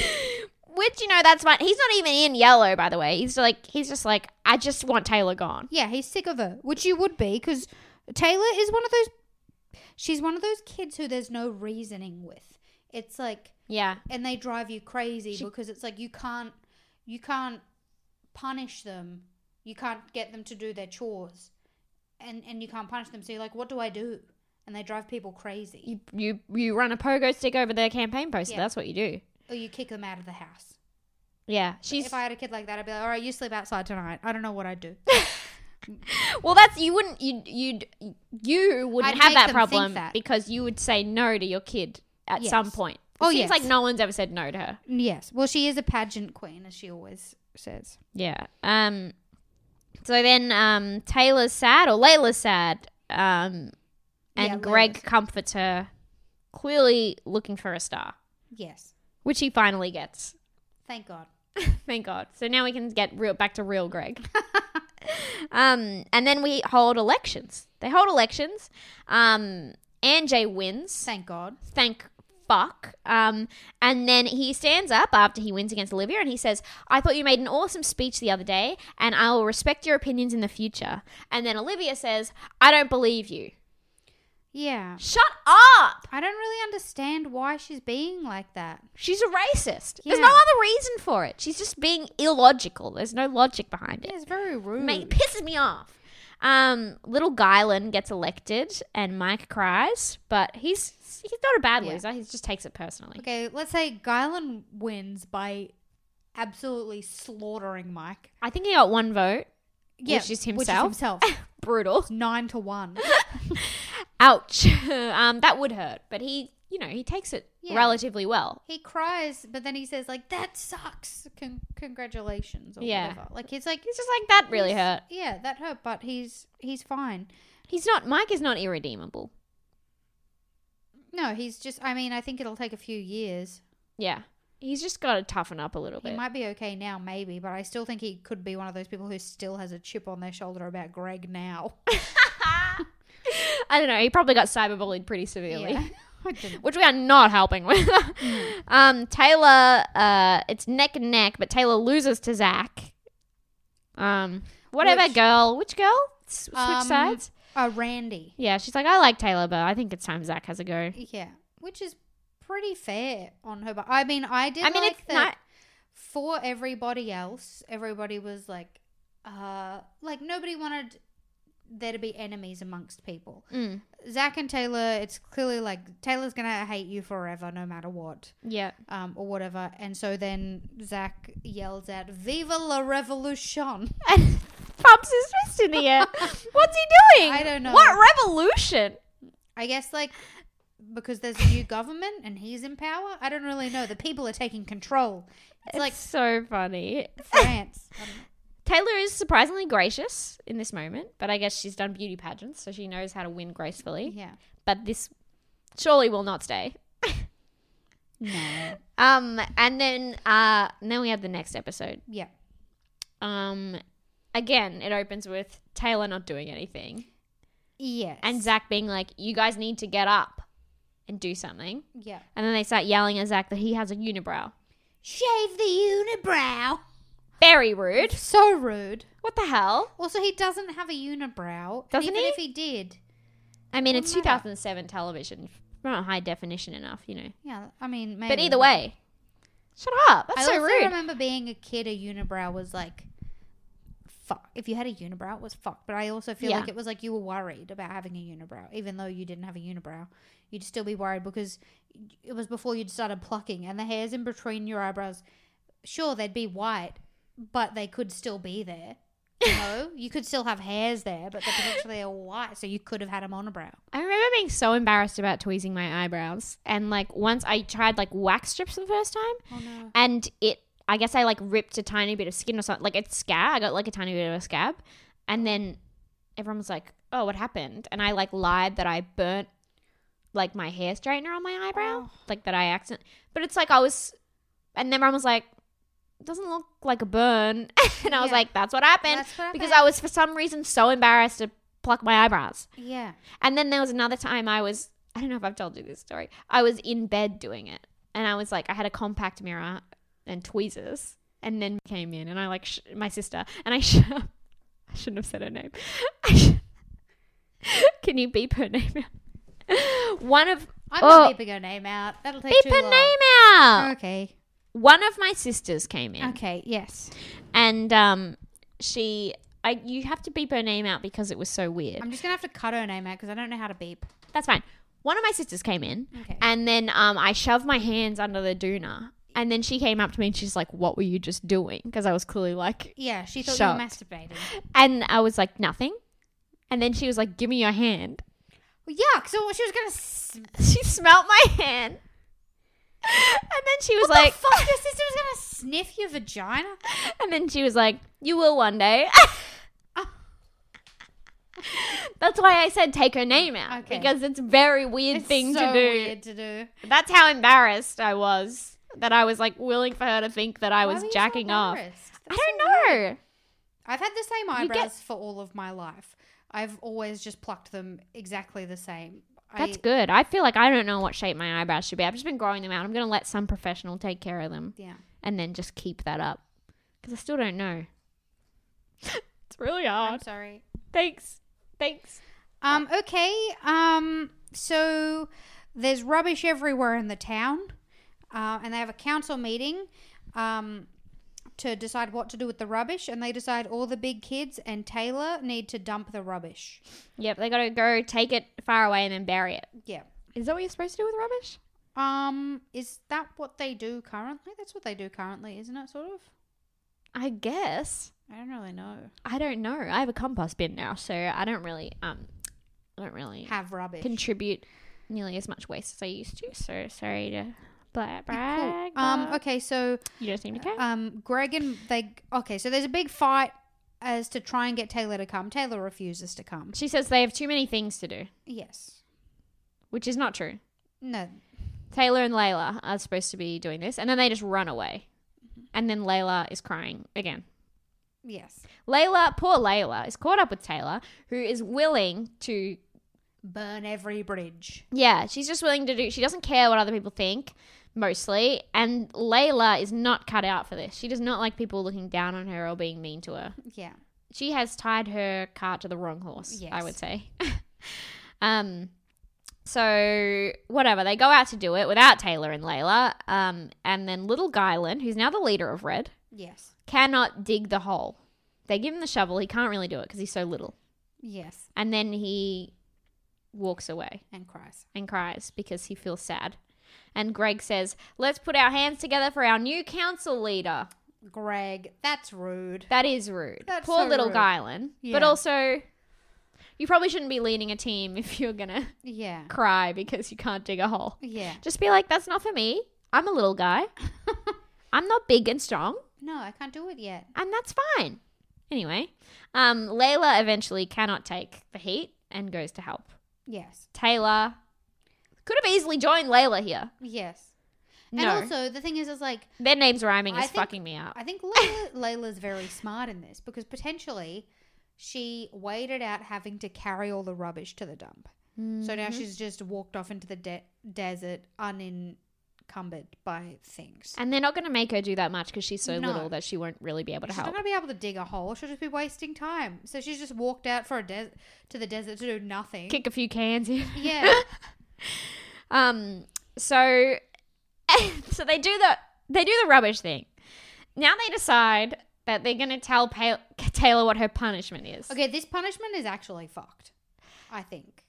C: Which you know that's fine. He's not even in yellow, by the way. He's like he's just like I just want Taylor gone.
A: Yeah, he's sick of her, which you would be because Taylor is one of those. She's one of those kids who there's no reasoning with. It's like,
C: Yeah,
A: and they drive you crazy because it's like you can't, you can't punish them. You can't get them to do their chores, and and you can't punish them. So you're like, what do I do? And they drive people crazy,
C: you you you run a pogo stick over the campaign poster.
A: Yeah.
C: That's what you do.
A: or you kick them out of the house.
C: Yeah, she's
A: if I had a kid like that, I'd be like, all right, you sleep outside tonight. I don't know what I'd do.
C: well. That's you wouldn't you you'd you wouldn't
A: I'd make
C: have that
A: them think
C: problem
A: that.
C: because you would say no to your kid at
A: Yes.
C: some point. It
A: Oh,
C: seems
A: yes.
C: like no one's ever said no to her.
A: Mm, yes, well, she is a pageant queen, as she always says.
C: Yeah. Um. So then, um, Taylor's sad or Layla's sad. Um, and
A: Yeah,
C: Greg
A: Layla's-
C: comforts her, clearly looking for a star,
A: Yes,
C: which he finally gets.
A: thank God.
C: Thank God. So now we can get real back to real Greg. um, and then we hold elections. They hold elections. Um, Anjay wins.
A: Thank God.
C: thank fuck. Um, and then he stands up after he wins against Olivia and he says, I thought you made an awesome speech the other day and I will respect your opinions in the future. And then Olivia says, I don't believe you.
A: Yeah.
C: Shut up!
A: I don't really understand why she's being like that.
C: She's a racist. There's
A: Yeah.
C: no other reason for it. She's just being illogical. There's no logic behind it.
A: It's very rude.
C: Ma- pisses me off. Um, little Guylin gets elected and Mike cries, but he's he's not a bad
A: Yeah.
C: loser. He just takes it personally.
A: Okay, let's say Guylin wins by absolutely slaughtering Mike.
C: I think he got one vote.
A: Yeah,
C: Which is himself.
A: himself.
C: Brutal.
A: Nine to one.
C: ouch um that would hurt but he you know he takes it
A: Yeah.
C: relatively well
A: He cries, but then he says like, "That sucks." Con- congratulations, or
C: Yeah.
A: whatever. Like he's like,
C: he's just like that really hurt
A: yeah, that hurt, but he's he's fine.
C: he's not mike is not irredeemable
A: No, he's just. I mean, I think it'll take a few years.
C: yeah he's just got to toughen up a little
A: He
C: bit
A: might be okay now, maybe, but I still think he could be one of those people who still has a chip on their shoulder about Greg now.
C: i don't know he probably got cyberbullied pretty severely
A: Yeah. Mm. I didn't-
C: which we are not helping with um taylor uh it's neck and neck but taylor loses to zach um whatever
A: Which-
C: girl which girl S- switch
A: Um,
C: sides
A: Uh, Randy.
C: yeah she's like i like taylor but i think it's time zach has a go
A: Yeah. Which is pretty fair on her part. I mean, I did
C: I mean,
A: like
C: it's
A: that
C: not-
A: for everybody else, everybody was like, uh, like nobody wanted there to be enemies amongst people.
C: mm.
A: Zach and Taylor, it's clearly like Taylor's going to hate you forever no matter what.
C: yeah
A: um, or whatever. And so then Zach yells out, Viva la Revolution.
C: and pumps his fist in the air. What's he doing?
A: I don't know.
C: What revolution?
A: I guess, like, because there's a new government and he's in power. I don't really know. The people are taking control. It's,
C: It's
A: like
C: like so funny.
A: France. I don't know.
C: Taylor is surprisingly gracious in this moment, but I guess she's done beauty pageants, so she knows how to win gracefully.
A: Yeah.
C: But this surely will not stay.
A: No.
C: Um, and then uh, and then we have the next episode.
A: Yeah.
C: Um, again, it opens with Taylor not doing anything
A: Yes.
C: and Zach being like, "You guys need to get up and do something."
A: Yeah.
C: And then they start yelling at Zach that he has a unibrow.
A: Shave the unibrow.
C: Very rude.
A: So rude.
C: What the hell?
A: Also, he doesn't have a unibrow.
C: Doesn't
A: and even
C: he?
A: if he did,
C: I mean, it's
A: Doesn't matter.
C: 2007 television. Not high definition enough, you know.
A: yeah, I mean, maybe.
C: But either way, shut up. That's
A: I
C: so
A: also
C: rude.
A: remember being a kid. A unibrow was like, fuck. If you had a unibrow, it was fuck. But I also feel
C: Yeah.
A: like it was like you were worried about having a unibrow, even though you didn't have a unibrow. You'd still be worried because it was before you'd started plucking, and the hairs in between your eyebrows. Sure, they'd be white, but they could still be there. You know, you could still have hairs there, but they're potentially all white, so you could have had a monobrow.
C: I remember being so embarrassed about tweezing my eyebrows, and like once I tried like wax strips for the first time,
A: Oh no!
C: and it. I guess I like ripped a tiny bit of skin or something. Like a scab. I got like a tiny bit of a scab, and then everyone was like, "Oh, what happened?" And I like lied that I burnt like my hair straightener on my
A: Oh.
C: eyebrow, like that I accident. But it's like I was, and then everyone was like, "It "Doesn't look like a burn," and I was
A: Yeah.
C: like, "That's what happened,"
A: That's what
C: because I
A: happened.
C: was for some reason so embarrassed to pluck my eyebrows.
A: Yeah,
C: And then there was another time I was I don't know if I've told you this story. I was in bed doing it, and I was like, I had a compact mirror and tweezers, and then came in, and I like sh- my sister, and I sh- I shouldn't have said her name. I sh- Can you beep her name out? One of
A: I'm
C: oh,
A: not beeping her name out. That'll take
C: beep
A: too
C: her
A: long.
C: name out.
A: Okay.
C: One of my sisters came in
A: Okay. Yes.
C: and um, she, I, you have to beep her name out because it was so weird.
A: I'm just gonna have to cut her name out because I don't know how to beep.
C: That's fine. One of my sisters came in,
A: Okay.
C: and then um, I shoved my hands under the doona, and then she came up to me and she's like, "What were you just doing?" Because I was clearly like,
A: Yeah, she thought
C: Shocked.
A: you were masturbating.
C: and I was like, "Nothing," and then she was like, "Give me your hand."
A: Well, yeah, so she was gonna. S-
C: She smelt my hand, and then she was
A: what
C: like,
A: the fuck? Your sister was gonna sniff your vagina.
C: and then she was like, "You will one day." That's why I said take her name out
A: Okay.
C: because it's a very weird
A: It's
C: thing
A: so
C: to do.
A: Weird to do.
C: That's how embarrassed I was that I was like willing for her to think that I
A: Why
C: was
A: were you so
C: jacking off.
A: embarrassed?
C: I
A: That's
C: don't
A: so
C: know.
A: weird. I've had the same
C: You get-
A: eyebrows for all of my life. I've always just plucked them exactly the same.
C: That's
A: I,
C: good. I feel like I don't know what shape my eyebrows should be. I've just been growing them out. I'm going to let some professional take care of them
A: Yeah.
C: and then just keep that up because I still don't know. it's really
A: I'm
C: hard.
A: sorry.
C: Thanks. Thanks.
A: Um. Okay. Um. So there's rubbish everywhere in the town, uh, and they have a council meeting. Um. To decide what to do with the rubbish, and they decide all the big kids and Taylor need to dump the rubbish.
C: Yep, they got to go take it far away and then bury it.
A: Yeah.
C: Is that what you're supposed to do with rubbish?
A: Um, is that what they do currently? That's what they do currently, isn't it? Sort of.
C: I guess.
A: I don't really know.
C: I don't know. I have a compost bin now, so I don't really um I don't really
A: Have rubbish.
C: contribute nearly as much waste as I used to. So sorry to bla-
A: Oh, Cool.
C: brag.
A: Um.
C: but
A: Okay. So,
C: you don't seem to care.
A: um, Greg and they. Okay. So there's a big fight as to try and get Taylor to come. Taylor refuses to come.
C: she says they have too many things to do,
A: Yes.
C: which is not true.
A: No.
C: Taylor and Layla are supposed to be doing this, and then they just run away.
A: Mm-hmm.
C: And then Layla is crying again.
A: Yes.
C: Layla, poor Layla, is caught up with Taylor, who is willing to
A: Burn every bridge.
C: Yeah, she's just willing to do. She doesn't care what other people think, mostly. And Layla is not cut out for this. She does not like people looking down on her or being mean to her.
A: Yeah.
C: She has tied her cart to the wrong horse. I
A: Yes.
C: would say. um, so whatever they go out to do it without Taylor and Layla. Um, and then little Guylin, who's now the leader of Red,
A: Yes.
C: cannot dig the hole. They give him the shovel. He can't really do it because he's so little.
A: Yes.
C: And then he walks away
A: And cries.
C: and cries because he feels sad. And Greg says, Let's put our hands together for our new council leader.
A: Greg, that's rude.
C: That is rude.
A: That's
C: Poor
A: so
C: little
A: rude.
C: Guylin.
A: Yeah.
C: But also, you probably shouldn't be leading a team if you're going to
A: Yeah.
C: cry because you can't dig a hole.
A: Yeah.
C: Just be like, That's not for me. I'm a little guy. I'm not big and strong.
A: No, I can't do it yet.
C: And that's fine. Anyway, um, Layla eventually cannot take the heat and goes to help.
A: Yes.
C: Taylor could have easily joined Layla here.
A: Yes.
C: No.
A: And also, the thing is, is like,
C: Their names rhyming
A: I
C: is
A: think-
C: fucking me up.
A: I think Layla, Layla's very smart in this because potentially she waited out having to carry all the rubbish to the dump. So now she's just walked off into the de- desert unencumbered by things.
C: And they're not going to make her do that much because she's so
A: No.
C: little that she won't really be able to
A: She's not
C: help.
A: going to be able to dig a hole. She'll just be wasting time. So she's just walked out for a des to the desert to do nothing.
C: Kick a few cans in.
A: Yeah.
C: Um. So, so they do the they do the rubbish thing. Now they decide that they're going to tell pa- Taylor what her punishment is.
A: okay, this punishment is actually fucked. I think.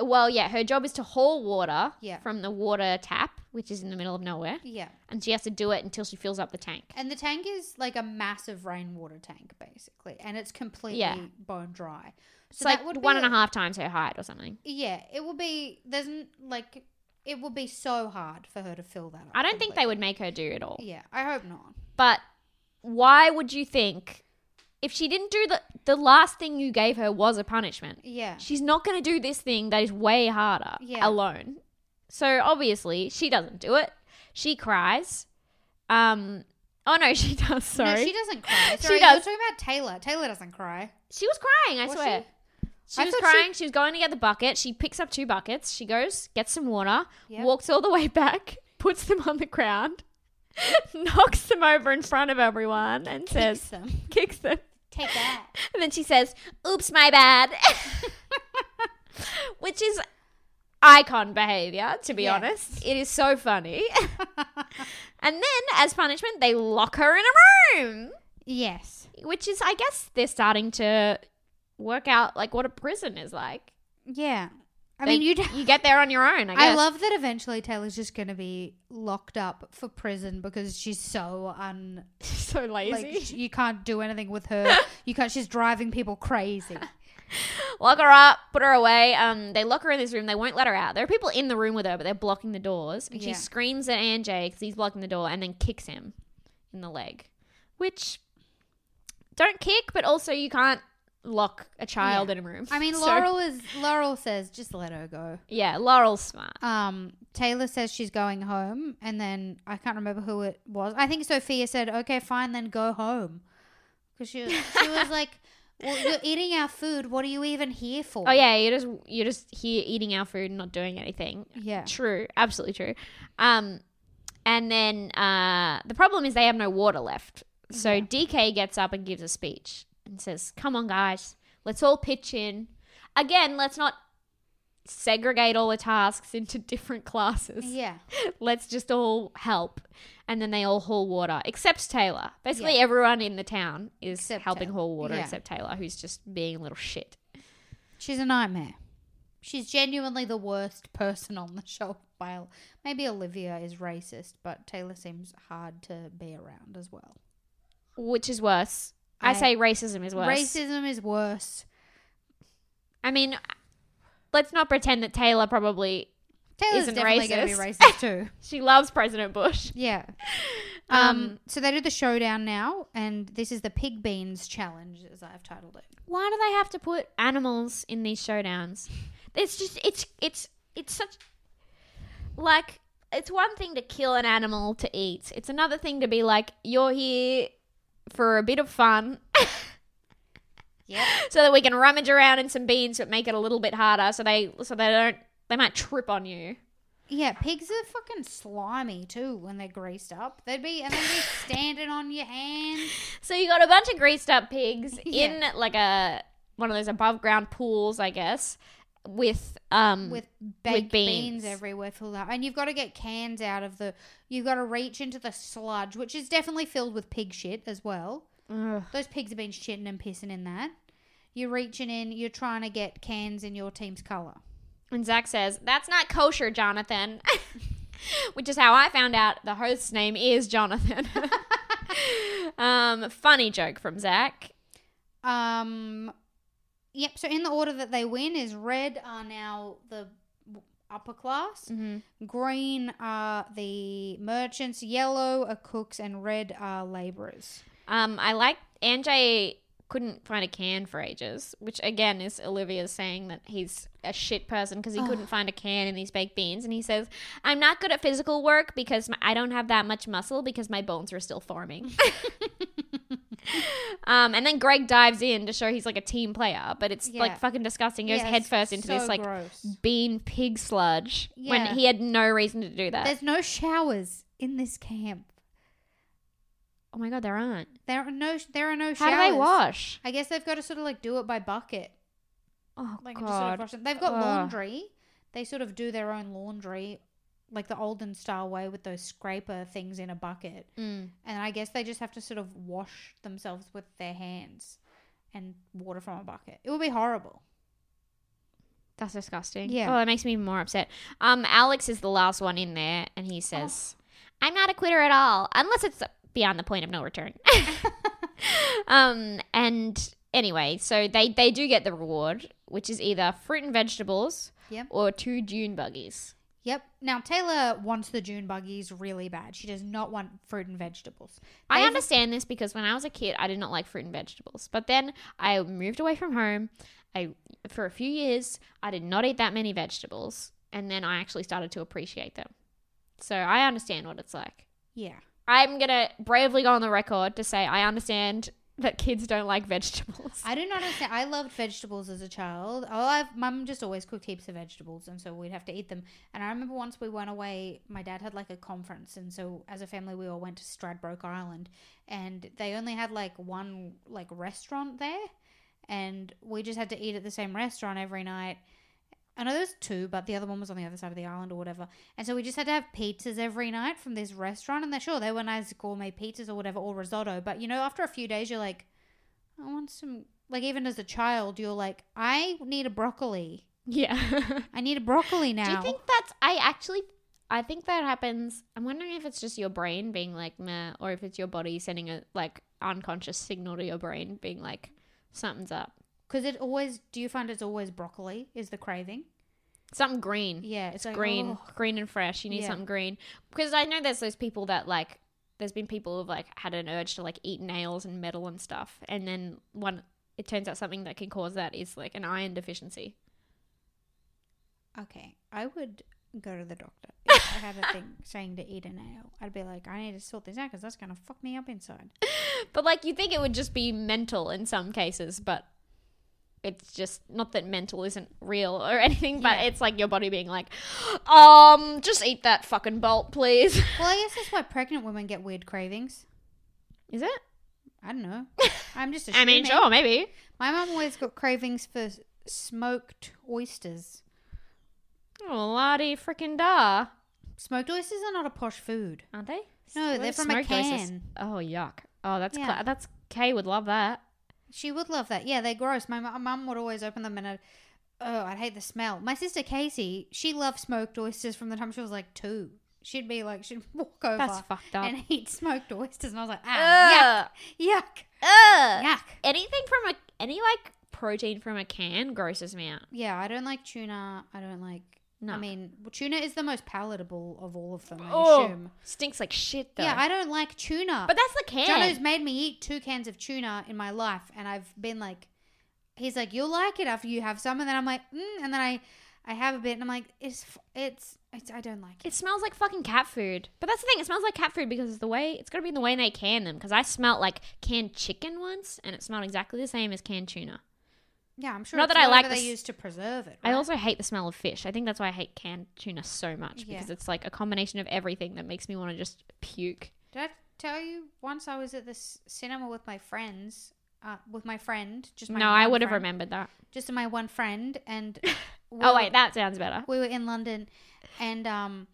C: Well, yeah, her job is to haul water
A: Yeah.
C: from the water tap, which is in the middle of nowhere,
A: Yeah.
C: and she has to do it until she fills up the tank.
A: And the tank is like a massive rainwater tank, basically, and it's completely
C: Yeah.
A: bone dry.
C: It's
A: So
C: like
A: that would
C: one
A: be
C: and a
A: a-
C: half times her height or something.
A: Yeah, it will be. There's n- like it will be so hard for her to fill that. up.
C: I don't think they
A: completely.
C: would make her do it all.
A: Yeah, I hope not.
C: But why would you think if she didn't do the the last thing you gave her was a punishment?
A: Yeah,
C: She's not going to do this thing that is way harder
A: Yeah.
C: alone. So obviously she doesn't do it. She cries. Um oh no, she does. Sorry.
A: no, she doesn't cry.
C: She
A: Sorry,
C: does.
A: You're talking about Taylor. Taylor doesn't cry.
C: She was crying, I
A: Was
C: swear. She? She
A: I
C: was
A: thought she-
C: crying. She... was going to get the bucket. She picks up two buckets. She goes, gets some water,
A: Yep.
C: walks all the way back, puts them on the ground, knocks them over in front of everyone, and says,
A: them.
C: kicks them.
A: Take that.
C: And then she says, oops, my bad. Which is icon behavior, to be
A: Yes.
C: honest. It is so funny. and then, as punishment, they lock her in a room
A: Yes.
C: which is i guess they're starting to work out like what a prison is like
A: Yeah. I
C: They-
A: mean, you'd.
C: you get there on your own i guess
A: I love that eventually Taylor's just going to be locked up for prison because she's so un.
C: so lazy
A: Like, sh- you can't do anything with her. You can't. She's driving people crazy.
C: lock her up put her away um they lock her in this room they won't let her out there are people in the room with her but they're blocking the doors and she
A: Yeah.
C: screams at anjay because he's blocking the door and then kicks him in the leg which don't kick but also you can't lock a child
A: Yeah.
C: in a room
A: I mean,
C: So-
A: Laurel is. Laurel says, just let her go.
C: yeah laurel's smart
A: Um, Taylor says she's going home, and then I can't remember who it was. I think Sophia said, "Okay, fine, then go home," because she she was like, "Well, you're eating our food. What are you even here for?"
C: Oh yeah, you're just you're just here eating our food and not doing anything.
A: Yeah.
C: True. Absolutely true. Um and then uh the problem is they have no water left. So DK gets up and gives a speech and says, "Come on guys, let's all pitch in. Again, let's not segregate all the tasks into different classes.
A: yeah,
C: let's just all help." And then they all haul water, except Taylor. Basically everyone in the town is
A: Except
C: helping
A: Taylor.
C: haul water
A: Yeah.
C: except Taylor who's just being a little shit.
A: she's a nightmare. She's genuinely the worst person on the show. While maybe Olivia is racist, but Taylor seems hard to be around as well.
C: Which is worse? I,
A: I-
C: say racism is worse.
A: Racism is worse.
C: I mean, let's not pretend that Taylor probably
A: Taylor's
C: Isn't
A: definitely going to be
C: racist.
A: racist too.
C: she loves President Bush.
A: Yeah. Um, so they do the showdown now, and this is the pig beans challenge, as I've titled it.
C: Why do they have to put animals in these showdowns? It's just it's it's it's such like it's one thing to kill an animal to eat. It's another thing to be like you're here for a bit of fun.
A: Yeah.
C: so that we can rummage around in some beans but make it a little bit harder so they so they don't they might trip on you.
A: Yeah, pigs are fucking slimy too when they're greased up. They'd be and they'd be standing on your hands.
C: So you got a bunch of greased up pigs
A: Yeah.
C: in like a one of those above ground pools, I guess, with um
A: with baked beans.
C: beans.
A: everywhere filled out. And you've got to get cans out of the. You've got to reach into the sludge, which is definitely filled with pig shit as well. Those pigs have been shitting and pissing in that. You're reaching in. You're trying to get cans in your team's color.
C: and Zach says that's not kosher, Jonathan, which is how I found out the host's name is Jonathan. um, funny joke from Zach.
A: Um, yep. So in the order that they win is red are now the w- upper class,
C: Mm-hmm.
A: green are the merchants, yellow are cooks, and red are laborers.
C: Um, I like Anjay couldn't find a can for ages, which again is Olivia saying that he's a shit person because he couldn't find a can in these baked beans, and he says, "I'm not good at physical work because my, I don't have that much muscle because my bones are still forming." um, and then Greg dives in to show he's like a team player, but it's
A: Yeah.
C: like fucking disgusting. He Goes
A: Yeah,
C: head
A: it's
C: headfirst into
A: so
C: this like
A: gross.
C: bean pig sludge
A: Yeah.
C: when he had no reason to do that.
A: There's no showers in this camp.
C: oh my god, there aren't.
A: There are no. There are no
C: How
A: showers.
C: do they wash?
A: I guess they've got to sort of like do it by bucket.
C: Oh
A: Like
C: god,
A: just sort of brush it. They've got
C: Ugh.
A: laundry. They sort of do their own laundry, like the olden style way with those scraper things in a bucket.
C: Mm.
A: And I guess they just have to sort of wash themselves with their hands and water from a bucket. It would be horrible.
C: That's disgusting.
A: Yeah.
C: Oh, that makes me even more upset. Um, Alex is the last one in there, and he says,
A: Oh.
C: "I'm not a quitter at all, unless it's beyond the point of no return." um, and anyway, so they they do get the reward, which is either fruit and vegetables,
A: Yep.
C: or two dune buggies.
A: Yep. Now Taylor wants the June buggies really bad. She does not want fruit and vegetables.
C: I
A: They've-
C: understand this because when I was a kid, I did not like fruit and vegetables. But then I moved away from home. I for a few years, I did not eat that many vegetables, and then I actually started to appreciate them. So I understand what it's like.
A: Yeah.
C: I'm gonna bravely go on the record to say I understand that kids don't like vegetables.
A: I do not understand. I loved vegetables as a child. Oh, I've, mum just always cooked heaps of vegetables, and so we'd have to eat them. And I remember once we went away, my dad had like a conference, and so as a family, we all went to Stradbroke Island, and they only had like one like restaurant there, and we just had to eat at the same restaurant every night. I know there's two, but the other one was on the other side of the island or whatever. And so we just had to have pizzas every night from this restaurant. And they're sure they were nice gourmet pizzas or whatever, or risotto. But you know, after a few days, you're like, I want some. Like even as a child, you're like, I need a broccoli.
C: yeah.
A: I need a broccoli now.
C: Do you think that's? I actually, I think that happens. I'm wondering if it's just your brain being like meh, or if it's your body sending a like unconscious signal to your brain being like something's up,
A: Because it always. Do you find it's always broccoli? Is the craving?
C: something green.
A: Yeah,
C: it's
A: it's like,
C: green,
A: oh.
C: green and fresh. You need
A: Yeah.
C: something green because I know there's those people that like. There's been people who've like had an urge to like eat nails and metal and stuff, and then one. It turns out something that can cause that is like an iron deficiency.
A: "Oh." Okay, I would go to the doctor. If I had a thing saying to eat a nail. I'd be like, I need to sort this out because that's gonna fuck me up inside.
C: But like you think it would just be mental in some cases, but it's just not that mental isn't real or anything, but it's like your body being like, um, just eat that fucking bolt, please.
A: Well, I guess that's why pregnant women get weird cravings.
C: Is it?
A: I don't know. I'm just.
C: I
A: assuming.
C: mean, sure, maybe.
A: My mum always got cravings for s- smoked oysters.
C: Oh, la di frickin' da.
A: Smoked oysters are not a posh food.
C: Aren't they?
A: No,
C: What
A: they're
C: is
A: from a
C: smoked oysters?
A: can.
C: Oh, yuck. Oh, that's
A: Yeah.
C: cla- that's Kay would love that.
A: She would love that. Yeah, they're gross. My mu- mum would always open them and I'd, oh, I'd hate the smell. My sister Casey, she loved smoked oysters from the time she was like two. She'd be like, she'd walk over
C: That's fucked up.
A: and eat smoked oysters. And I was like, ah, yuck, yuck,
C: Ugh.
A: yuck.
C: Anything from a any like protein from a can grosses me out.
A: Yeah, I don't like tuna. I don't like.
C: No.
A: I mean, well, tuna is the most palatable of all of them, I assume.
C: stinks like shit though.
A: Yeah, I don't like tuna.
C: Oh. But that's the can.
A: Jono's made me eat two cans of tuna in my life, and I've been like, he's like, you'll like it after you have some, and then I'm like, mm, and then I, I have a bit, and I'm like, it's, f- it's, it's, I don't like it.
C: It smells like fucking cat food. But that's the thing, it smells like cat food because it's the way it's gotta be in the way they can them. Because I smelt like canned chicken once and it smelled exactly the same as canned tuna.
A: Yeah, I'm sure.
C: Not
A: it's
C: that I like
A: whatever they
C: this-
A: use to preserve it.
C: I
A: right?
C: also hate the smell of fish. I think that's why I hate canned tuna so much because
A: Yeah.
C: it's like a combination of everything that makes me want to just puke.
A: Did I tell you once I was at this cinema with my friends, uh, with my friend, just my
C: no, I
A: one
C: would have
A: friend-
C: remembered that.
A: just my one friend, and we
C: oh
A: were-
C: wait, that sounds better.
A: we were in London, and um,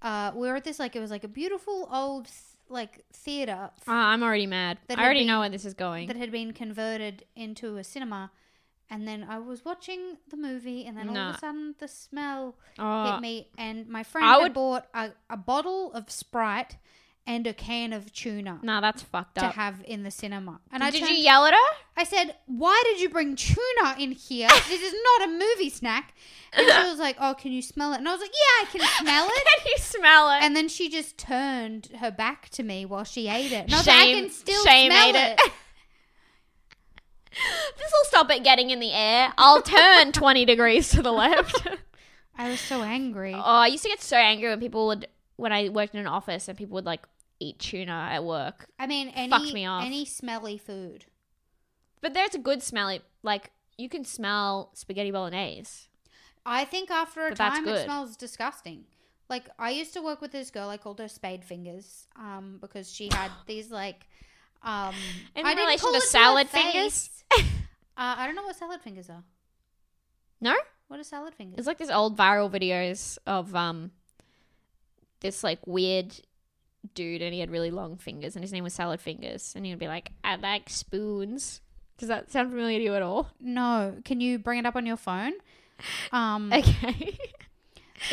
A: uh, we were at this like it was like a beautiful old like theater
C: Oh, I'm already mad.
A: That
C: I
A: had
C: already
A: been-
C: know where this is going.
A: that had been converted into a cinema. And then I was watching the movie, and then all of
C: Nah.
A: a sudden the smell
C: Oh.
A: hit me. And my friend
C: I
A: had
C: would-
A: bought a, a bottle of Sprite and a can of tuna
C: no, that's fucked
A: to
C: up.
A: have in the cinema. And I
C: Did
A: turned-
C: you yell at her?
A: I said, "Why did you bring tuna in here? This is not a movie snack." And she was like, "Oh, can you smell it?" And I was like, "Yeah, I can smell it."
C: Can you smell it?
A: And then she just turned her back to me while she ate it. And I was like,
C: Shame-
A: I can still
C: shame
A: smell
C: ate it.
A: it.
C: this will stop it getting in the air. I'll turn 20 degrees to the left.
A: I was so angry.
C: Oh, I used to get so angry when people would, when I worked in an office and people would like eat tuna at work.
A: I mean,
C: Fucked
A: any
C: me off.
A: any smelly food.
C: But there's a good smell. It, like you can smell spaghetti bolognese.
A: I think after a
C: But that's
A: time
C: good.
A: it smells disgusting. Like I used to work with this girl. I called her Spade Fingers, um, because she had these like, um,
C: In
A: I didn't
C: relation
A: call
C: to
A: it her
C: salad
A: face.
C: fingers?
A: uh, I don't know what salad fingers are.
C: No,
A: What are salad fingers?
C: it's like this old viral videos of um, this like weird dude and he had really long fingers and his name was Salad Fingers and he would be like, I like spoons. Does that sound familiar to you at all?
A: no, can you bring it up on your phone? Um,
C: Okay.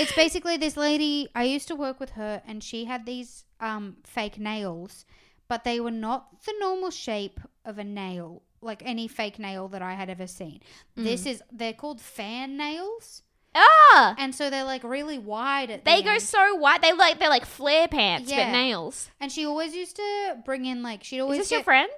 A: it's basically this lady i used to work with her and she had these um, fake nails but they were not the normal shape of a nail like any fake nail that i had ever seen this
C: Mm.
A: is they're called fan nails
C: ah,
A: and so they're like really wide at the
C: they go
A: end.
C: so wide. They like they're like flare pants but
A: Yeah.
C: nails.
A: and she always used to bring in like she'd
C: Is
A: always
C: this your
A: get-
C: friend?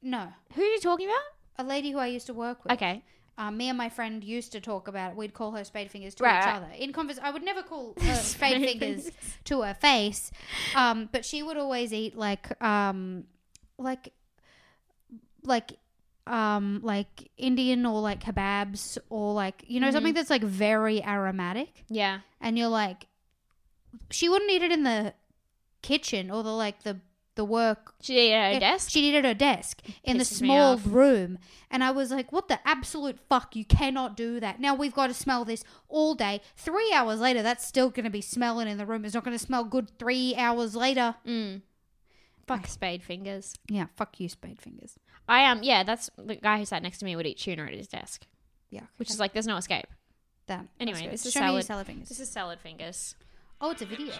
A: no
C: Who are you talking about?
A: a lady who i used to work with
C: Okay.
A: um, me and my friend used to talk about it. We'd call her spade fingers to
C: Right,
A: each
C: right.
A: other in converse. I would never call her spade
C: Spade
A: fingers to her face, um, but she would always eat like um, like like um like Indian or like kebabs or like you know something that's like very aromatic
C: Yeah.
A: and you're like she wouldn't eat it in the kitchen or the like the the work
C: She ate at her
A: it-
C: desk.
A: She did it at her desk in the
C: Pisses me
A: small
C: off.
A: room. And I was like, what the absolute fuck? You cannot do that. Now we've got to smell this all day. Three hours later, that's still going to be smelling in the room. It's not going to smell good three hours later.
C: mm. Fuck spade fingers.
A: Yeah, fuck you, spade fingers.
C: I am. Um, yeah, that's the guy who sat next to me would eat tuna at his desk,
A: Yeah.
C: which is like there's no escape.
A: that.
C: Anyway,
A: That's
C: this
A: good.
C: is
A: Show me your
C: salad.
A: salad fingers.
C: This is salad fingers.
A: oh, it's a video.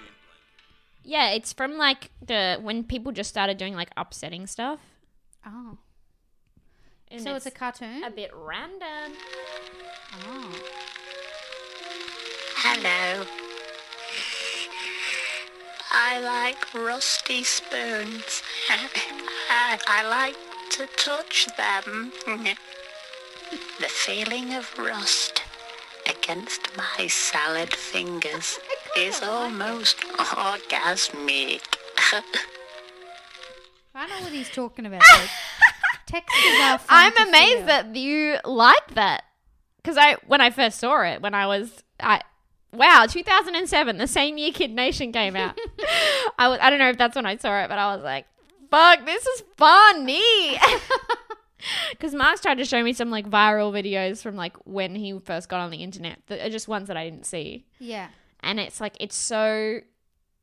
C: Yeah, it's from like the when people just started doing like upsetting stuff.
A: Oh.
C: And
A: so it's, a cartoon?
C: a bit random.
A: oh.
D: Hello. I like rusty spoons. I, I like to touch them. the feeling of rust against my salad fingers is almost orgasmic.
A: I know what he's talking about. Like, text is our
C: I'm
A: frontier.
C: amazed that you like that because I when I first saw it when I was I wow 2007 the same year Kid Nation came out. I was I don't know if that's when I saw it, but I was like, fuck, this is funny. Because Mark's tried to show me some like viral videos from like when he first got on the internet, that are just ones that I didn't see,
A: Yeah.
C: and it's like it's so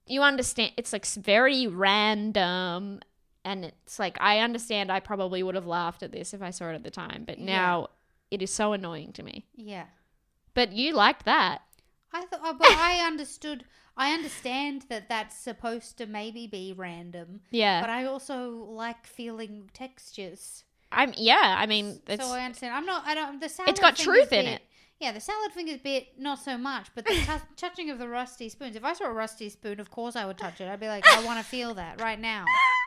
C: you understand it's like s- very random and it's like i understand i probably would have laughed at this if i saw it at the time but
A: Yeah.
C: now it is so annoying to me
A: Yeah.
C: but you liked that
A: I thought, oh, but I understood. I understand that that's supposed to maybe be random,
C: yeah
A: but I also like feeling textures.
C: I, am yeah i mean it's
A: so I understand. I'm not. I don't. The salad.
C: got
A: fingers
C: truth in
A: bit-
C: it.
A: Yeah, the salad fingers bit not so much, but the tou touching of the rusty spoons. If I saw a rusty spoon, of course I would touch it. I'd be like, I want to feel that right now.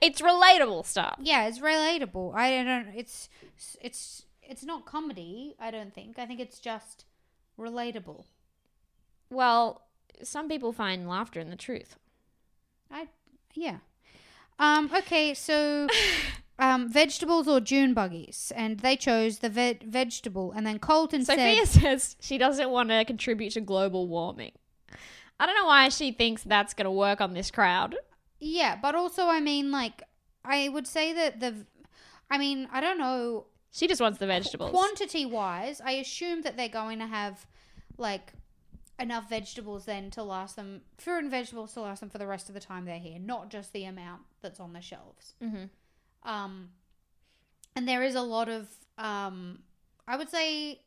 C: it's relatable stuff
A: Yeah, it's relatable. I don't. It's it's it's not comedy. I don't think. I think it's just relatable.
C: well some people find laughter in the truth
A: I yeah. Um, okay, so um, vegetables or June buggies, and they chose the ve- vegetable, and then Colton
C: sophia
A: said,
C: says she doesn't want to contribute to global warming i don't know why she thinks that's going to work on this crowd
A: "Yeah, but also, I mean, like, I would say that the, I mean, I don't know
C: she just wants the vegetables
A: quantity wise. I assume that they're going to have like enough vegetables then to last them fruit and vegetables to last them for the rest of the time they're here, not just the amount that's on the shelves.
C: mm-hmm.
A: Um, and there is a lot of, um, I would say,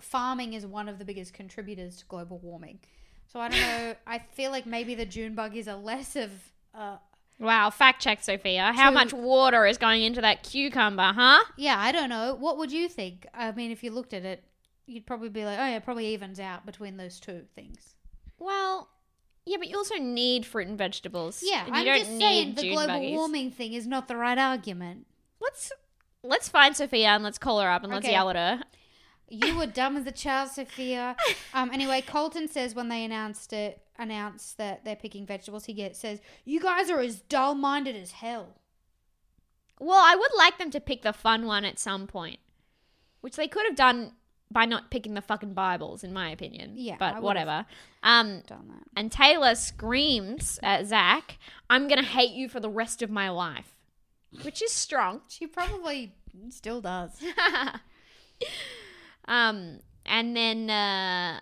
A: farming is one of the biggest contributors to global warming. So I don't know. I feel like maybe the June buggies are less of. Uh,
C: Wow, fact check, Sophia. How
A: To-
C: much water is going into that cucumber, huh?
A: yeah, I don't know. What would you think? I mean, if you looked at it, you'd probably be like, oh yeah, it probably evens out between those two things.
C: Well, yeah, but you also need fruit and vegetables.
A: Yeah,
C: and
A: I'm
C: you don't
A: just
C: need
A: saying the
C: June
A: global
C: buggies.
A: warming thing is not the right argument.
C: Let's let's find Sophia and let's call her up and let's
A: Okay.
C: yell at her.
A: You were dumb as a child, Sophia. Um, anyway, Colton says when they announced it, announced that they're picking vegetables, he gets says, "You guys are as dull-minded as hell."
C: Well, I would like them to pick the fun one at some point, which they could have done by not picking the fucking Bibles, in my opinion.
A: Yeah, I
C: but
A: would've
C: whatever. Um,
A: Done that.
C: and Taylor screams at Zach, "I'm gonna hate you for the rest of my life," which is strong.
A: She probably still does.
C: um, and then uh,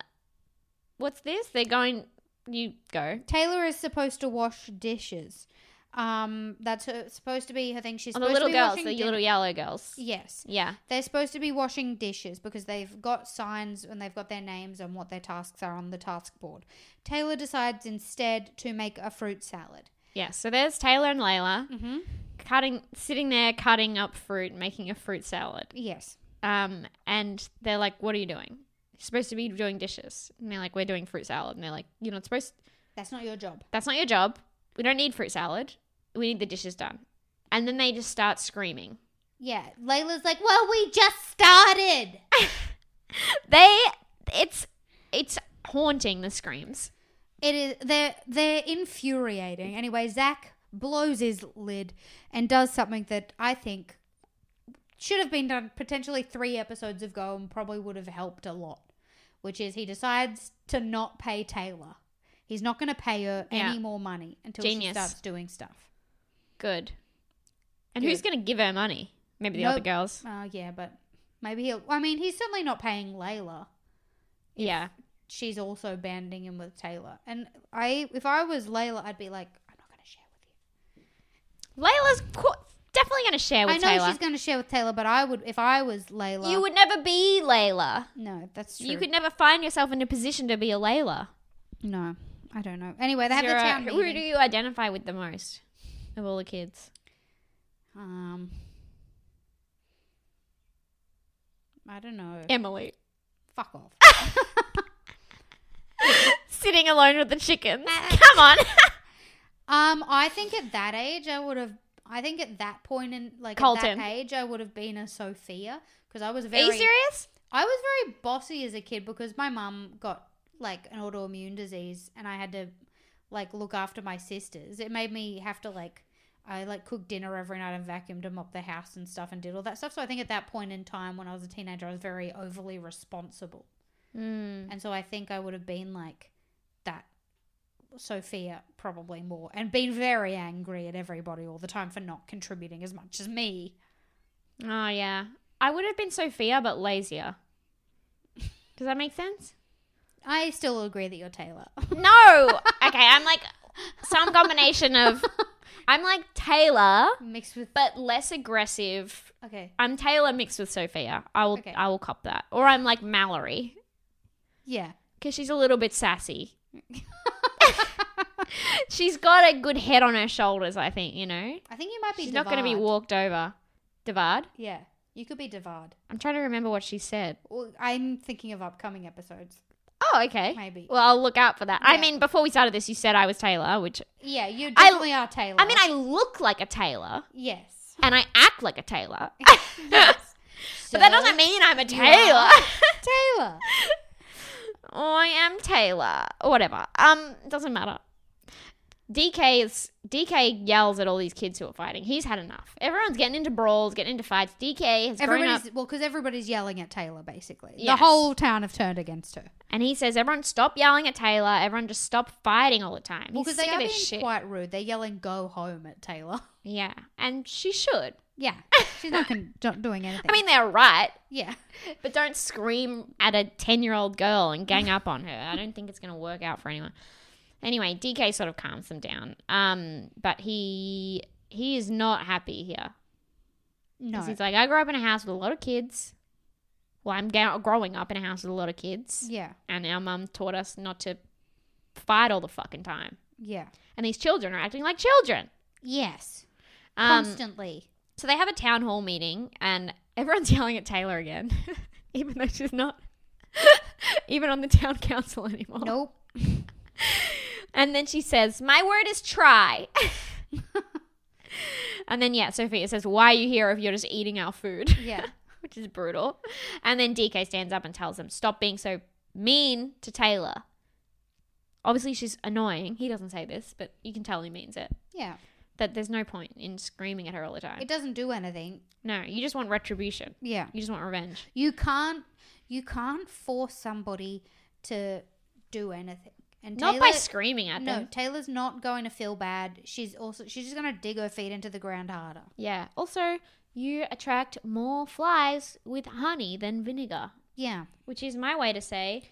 C: what's this? They're going. You go.
A: Taylor is supposed to wash dishes. Um, that's her, supposed to be her thing. She's
C: Oh, the
A: supposed
C: little
A: to be
C: girls,
A: washing
C: the
A: din-
C: little yellow girls.
A: Yes,
C: Yeah.
A: they're supposed to be washing dishes because they've got signs and they've got their names and what their tasks are on the task board. Taylor decides instead to make a fruit salad.
C: Yeah. So there's Taylor and Layla
A: Mm-hmm.
C: cutting, sitting there cutting up fruit, making a fruit salad.
A: Yes.
C: Um, and they're like, "What are you doing? You're supposed to be doing dishes." And they're like, "We're doing fruit salad." And they're like, "You're not supposed.
A: That's not your job.
C: That's not your job. We don't need fruit salad. We need the dishes done." And then they just start screaming.
A: Yeah. Layla's like, well, we just started.
C: They it's it's haunting the screams.
A: It is they're they're infuriating. Anyway, Zach blows his lid and does something that I think should have been done potentially three episodes ago and probably would have helped a lot, which is he decides to not pay Taylor. He's not going to pay her
C: Yeah.
A: any more money until she
C: Genius.
A: starts doing stuff.
C: Good. And who's going to give her money? Maybe the other
A: Nope.
C: girls.
A: Oh, yeah, but maybe he'll. I mean, he's certainly not paying Layla.
C: Yeah.
A: She's also banding him with Taylor. And I, if I was Layla, I'd be like, I'm not going to share with you.
C: Layla's qu- definitely going to share with
A: I know
C: Taylor.
A: she's going to share with Taylor, but I would, if I was Layla,
C: You would never be Layla.
A: No, that's true.
C: You could never find yourself in a position to be a Layla.
A: No, I don't know. Anyway, they have
C: Sarah,
A: the town
C: who do
A: meeting.
C: you identify with the most of all the kids?
A: Um, I don't know.
C: Emily.
A: Fuck off.
C: Sitting alone with the chickens. Come on.
A: um, I think at that age, I would have. I think at that point in like at
C: Colton.
A: that age, I would have been a Sophia because I was
C: Are
A: very.
C: you serious?
A: I was very bossy as a kid because my mum got like an autoimmune disease and I had to like look after my sisters. It made me have to like I like cooked dinner every night and vacuumed and mopped the house and stuff and did all that stuff. So I think at that point in time when I was a teenager, I was very overly responsible. And so I think I would have been like that Sophia probably more and been very angry at everybody all the time for not contributing as much as me.
C: Oh, yeah. I would have been Sophia, but lazier. Does that make sense?
A: I still agree that you're Taylor.
C: No. okay, I'm like some combination of. I'm like Taylor,
A: Mixed with
C: but less aggressive.
A: okay.
C: I'm Taylor mixed with Sophia. I will.
A: Okay.
C: I will cop that. Or I'm like Mallory
A: Yeah.
C: because she's a little bit sassy. she's got a good head on her shoulders. I think you know.
A: I think you might be.
C: She's not going to be
A: Devard.
C: walked over. Devard.
A: Yeah, you could be Devard.
C: I'm trying to remember what she said.
A: Well, I'm thinking of upcoming episodes.
C: Oh, okay.
A: Maybe.
C: Well, I'll look out for that. I
A: Yeah.
C: mean, before we started this, you said I was Taylor, which
A: Yeah, you definitely are Taylor.
C: I mean, I look like a Taylor
A: yes.
C: and I act like a Taylor.
A: yes.
C: But that doesn't
A: mean
C: mean I'm a Taylor.
A: Taylor.
C: oh, I am Taylor. Or whatever. Um, doesn't matter. DK is DK yells at all these kids who are fighting. He's had enough. Everyone's getting into brawls, getting into fights. DK has grown up
A: Everybody's well because everybody's yelling at Taylor. Basically, the
C: Yes.
A: whole town have turned against her.
C: and he says, Everyone stop yelling at Taylor, everyone just stop fighting all the time.
A: Well,
C: He's
A: because they
C: sick
A: are
C: of
A: being
C: this shit.
A: quite rude. They're yelling "Go home" at Taylor.
C: yeah. And she should.
A: Yeah, she's not, con- not doing anything.
C: I mean they're right.
A: yeah,
C: But don't scream at a 10 year old girl and gang up on her. I don't think it's going to work out for anyone. Anyway, DK sort of calms them down. Um, but he he is not happy here.
A: no.
C: 'Cause He's like, I grew up in a house with a lot of kids. Well, I'm ga- growing up in a house with a lot of kids.
A: yeah,
C: And our mum taught us not to fight all the fucking time.
A: yeah,
C: And these children are acting like children.
A: yes,
C: Um,
A: constantly.
C: so they have a town hall meeting, and everyone's yelling at Taylor again, even though she's not even on the town council anymore.
A: Nope.
C: And then she says, "My word is try." and then yeah, Sophia says, "Why are you here if you're just eating our food?"
A: Yeah.
C: which is brutal. And then DK stands up and tells them, "Stop being so mean to Taylor." Obviously, she's annoying. He doesn't say this, but you can tell he means it.
A: Yeah,
C: That there's no point in screaming at her all the time.
A: it doesn't do anything.
C: No, you just want retribution.
A: Yeah.
C: You just want revenge.
A: You can't you can't force somebody to do anything. And
C: Not by screaming at
A: No,
C: them.
A: Taylor's not going to feel bad. She's also she's just going to dig her feet into the ground harder.
C: Yeah. Also, you attract more flies with honey than vinegar,
A: Yeah.
C: which is my way to say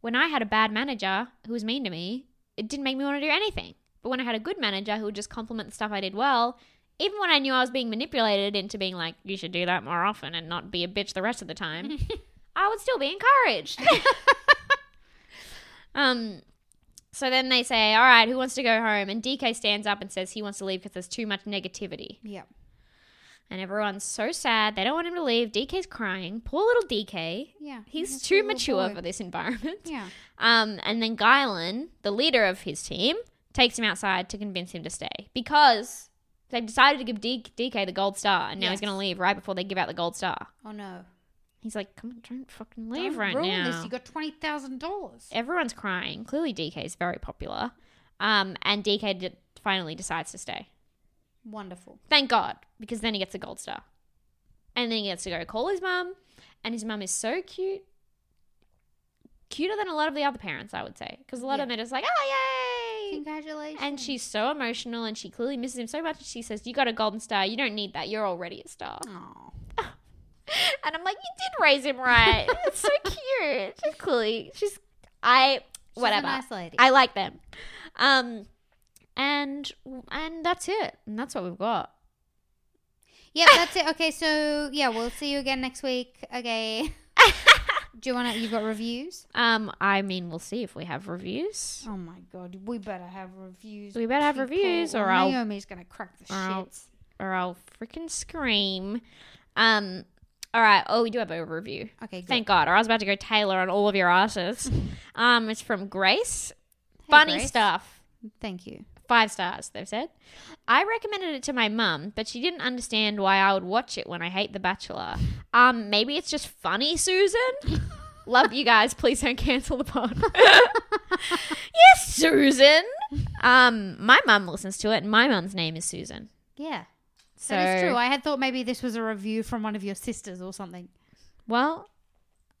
C: when I had a bad manager who was mean to me, it didn't make me want to do anything. But when I had a good manager who would just compliment the stuff I did well, even when I knew I was being manipulated into being like, you should do that more often and not be a bitch the rest of the time, I would still be encouraged. um, so then they say, all right, who wants to go home? And DK stands up and says he wants to leave because there's too much negativity.
A: Yeah.
C: And everyone's so sad. They don't want him to leave. DK's crying. Poor little DK.
A: Yeah,
C: He's
A: that's a
C: too
A: little
C: mature
A: boy.
C: for this environment.
A: Yeah.
C: Um, and then Guylin, the leader of his team, takes him outside to convince him to stay because they've decided to give D- DK the gold star and now he's
A: Yes.
C: going to leave right before they give out the gold star.
A: Oh no.
C: He's like, come on, don't fucking leave
A: Don't
C: right
A: ruin
C: now.
A: this. You got twenty thousand dollars.
C: Everyone's crying. Clearly, DK is very popular. Um, and DK d- finally decides to stay.
A: Wonderful.
C: Thank God, because then he gets a gold star. And then he gets to go call his mum, and his mum is so cute. Cuter than a lot of the other parents, I would say. Because a lot of them are just like, oh, yay!
A: Congratulations.
C: And she's so emotional, and she clearly misses him so much. and She says, You got a golden star. You don't need that. You're already a star.
A: Aw.
C: And I'm like, You did raise him right. It's so cute. She's clearly, she's, I,
A: She's
C: whatever.
A: a nice lady.
C: I like them. Um, and and that's it. And that's what we've got.
A: yeah, that's it. Okay, so yeah, we'll see you again next week. Okay. Do you want to? You've got reviews?
C: Um, I mean, we'll see if we have reviews.
A: Oh my god, we better have reviews.
C: We better have reviews or I'll-
A: Naomi's gonna crack the
C: or I'll-
A: shits.
C: or I'll freaking scream. Um, all right. Oh, we do have a review.
A: Okay, good.
C: Thank God. Or I was about to go Taylor on all of your asses. um, it's from Grace. Funny
A: Grace.
C: stuff.
A: Thank you.
C: Five stars, they've said. I recommended it to my mum, but she didn't understand why I would watch it when I hate The Bachelor. Um, maybe it's just funny, Susan. Love you guys. Please don't cancel the pod. yes, Susan. Um, my mum listens to it, and my mum's name is Susan.
A: Yeah,
C: So
A: that is true. I had thought maybe this was a review from one of your sisters or something.
C: Well,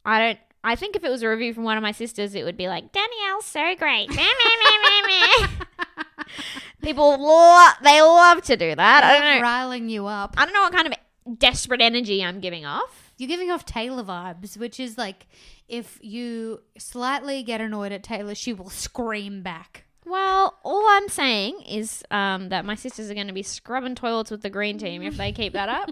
C: I don't. I think if it was a review from one of my sisters, it would be like Danielle's so great. Meh, meh, meh, meh, meh. People love they love to do that. I don't know.
A: riling you up.
C: I don't know what kind of desperate energy I'm giving off.
A: You're giving off Taylor vibes, which is like if you slightly get annoyed at Taylor, she will scream back.
C: Well, all I'm saying is um, that my sisters are going to be scrubbing toilets with the green team if they keep that up.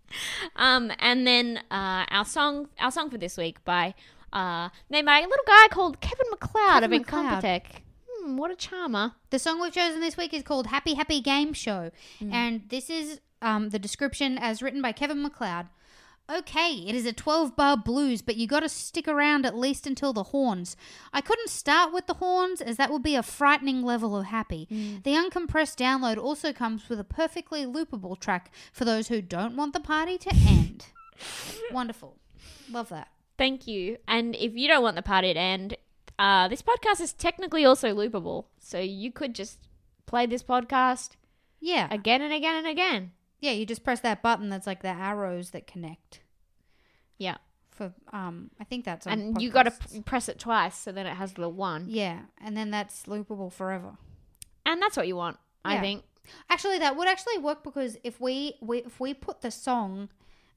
C: um, and then uh, our song, our song for this week by uh, named by a little guy called Kevin McLeod
A: Kevin
C: of
A: MacLeod.
C: Incompetech. Hmm, what a charmer!
A: The song we've chosen this week is called Happy Happy Game Show. And this is um, the description as written by Kevin McLeod. Okay, it is a 12 bar blues, but you gotta stick around at least until the horns. I couldn't start with the horns, as that would be a frightening level of happy. The uncompressed download also comes with a perfectly loopable track for those who don't want the party to end. Wonderful. Love that.
C: Thank you. And if you don't want the party to end, uh, this podcast is technically also loopable. So you could just play this podcast
A: Yeah.
C: again and again and again.
A: Yeah, you just press that button that's like the arrows that connect.
C: Yeah.
A: for um I think that's on
C: And you got to
A: podcasts.
C: p- press it twice so then it has the one.
A: yeah, and then that's loopable forever.
C: And that's what you want, I
A: Yeah.
C: think.
A: Actually, that would actually work because if we, we if we put the song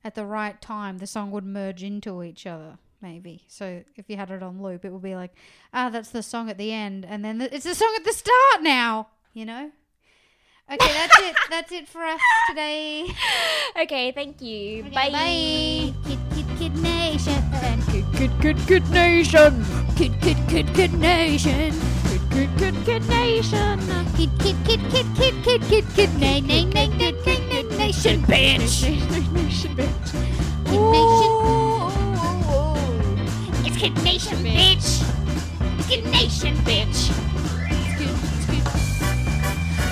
A: at the right time, the song would merge into each other. Maybe so. If you had it on loop, it would be like, ah, that's the song at the end, and then the, it's the song at the start now. You know. Okay, that's it. That's it for us today.
C: Okay, thank you.
A: Okay, Bye. Kid, kid, kid nation.
B: Good, good, good, good nation.
A: Kid, kid, kid, kid nation.
B: Good, good, good, good nation.
A: Kid, kid, kid, kid, kid, kid, kid, kid, nay, nay, nay, nay, nay, nay, nation, bitch.
B: Good nation, bitch.
A: Kid nation.
C: It's Kid Nation, bitch. It's Kid Nation, bitch.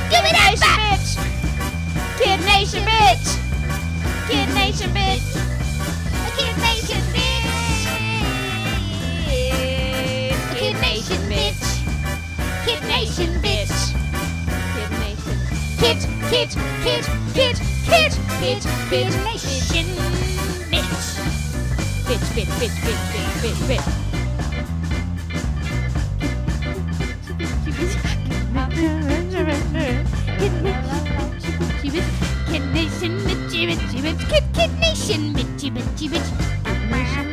C: Give me that bitch. Kid Nation, bitch. Kid Nation, bitch. Kid Nation, bitch. Kid Nation, bitch. Kid Nation, bitch. Kid Nation. Kid, kid, kid, kid, kid, kid, kid Nation, bitch. Bitch, bitch, bitch, bitch, bitch, bitch, bitch.
A: Kid nation, bitchy, bitchy, bitch. Kid, kid nation, bitchy, bitchy, bitch.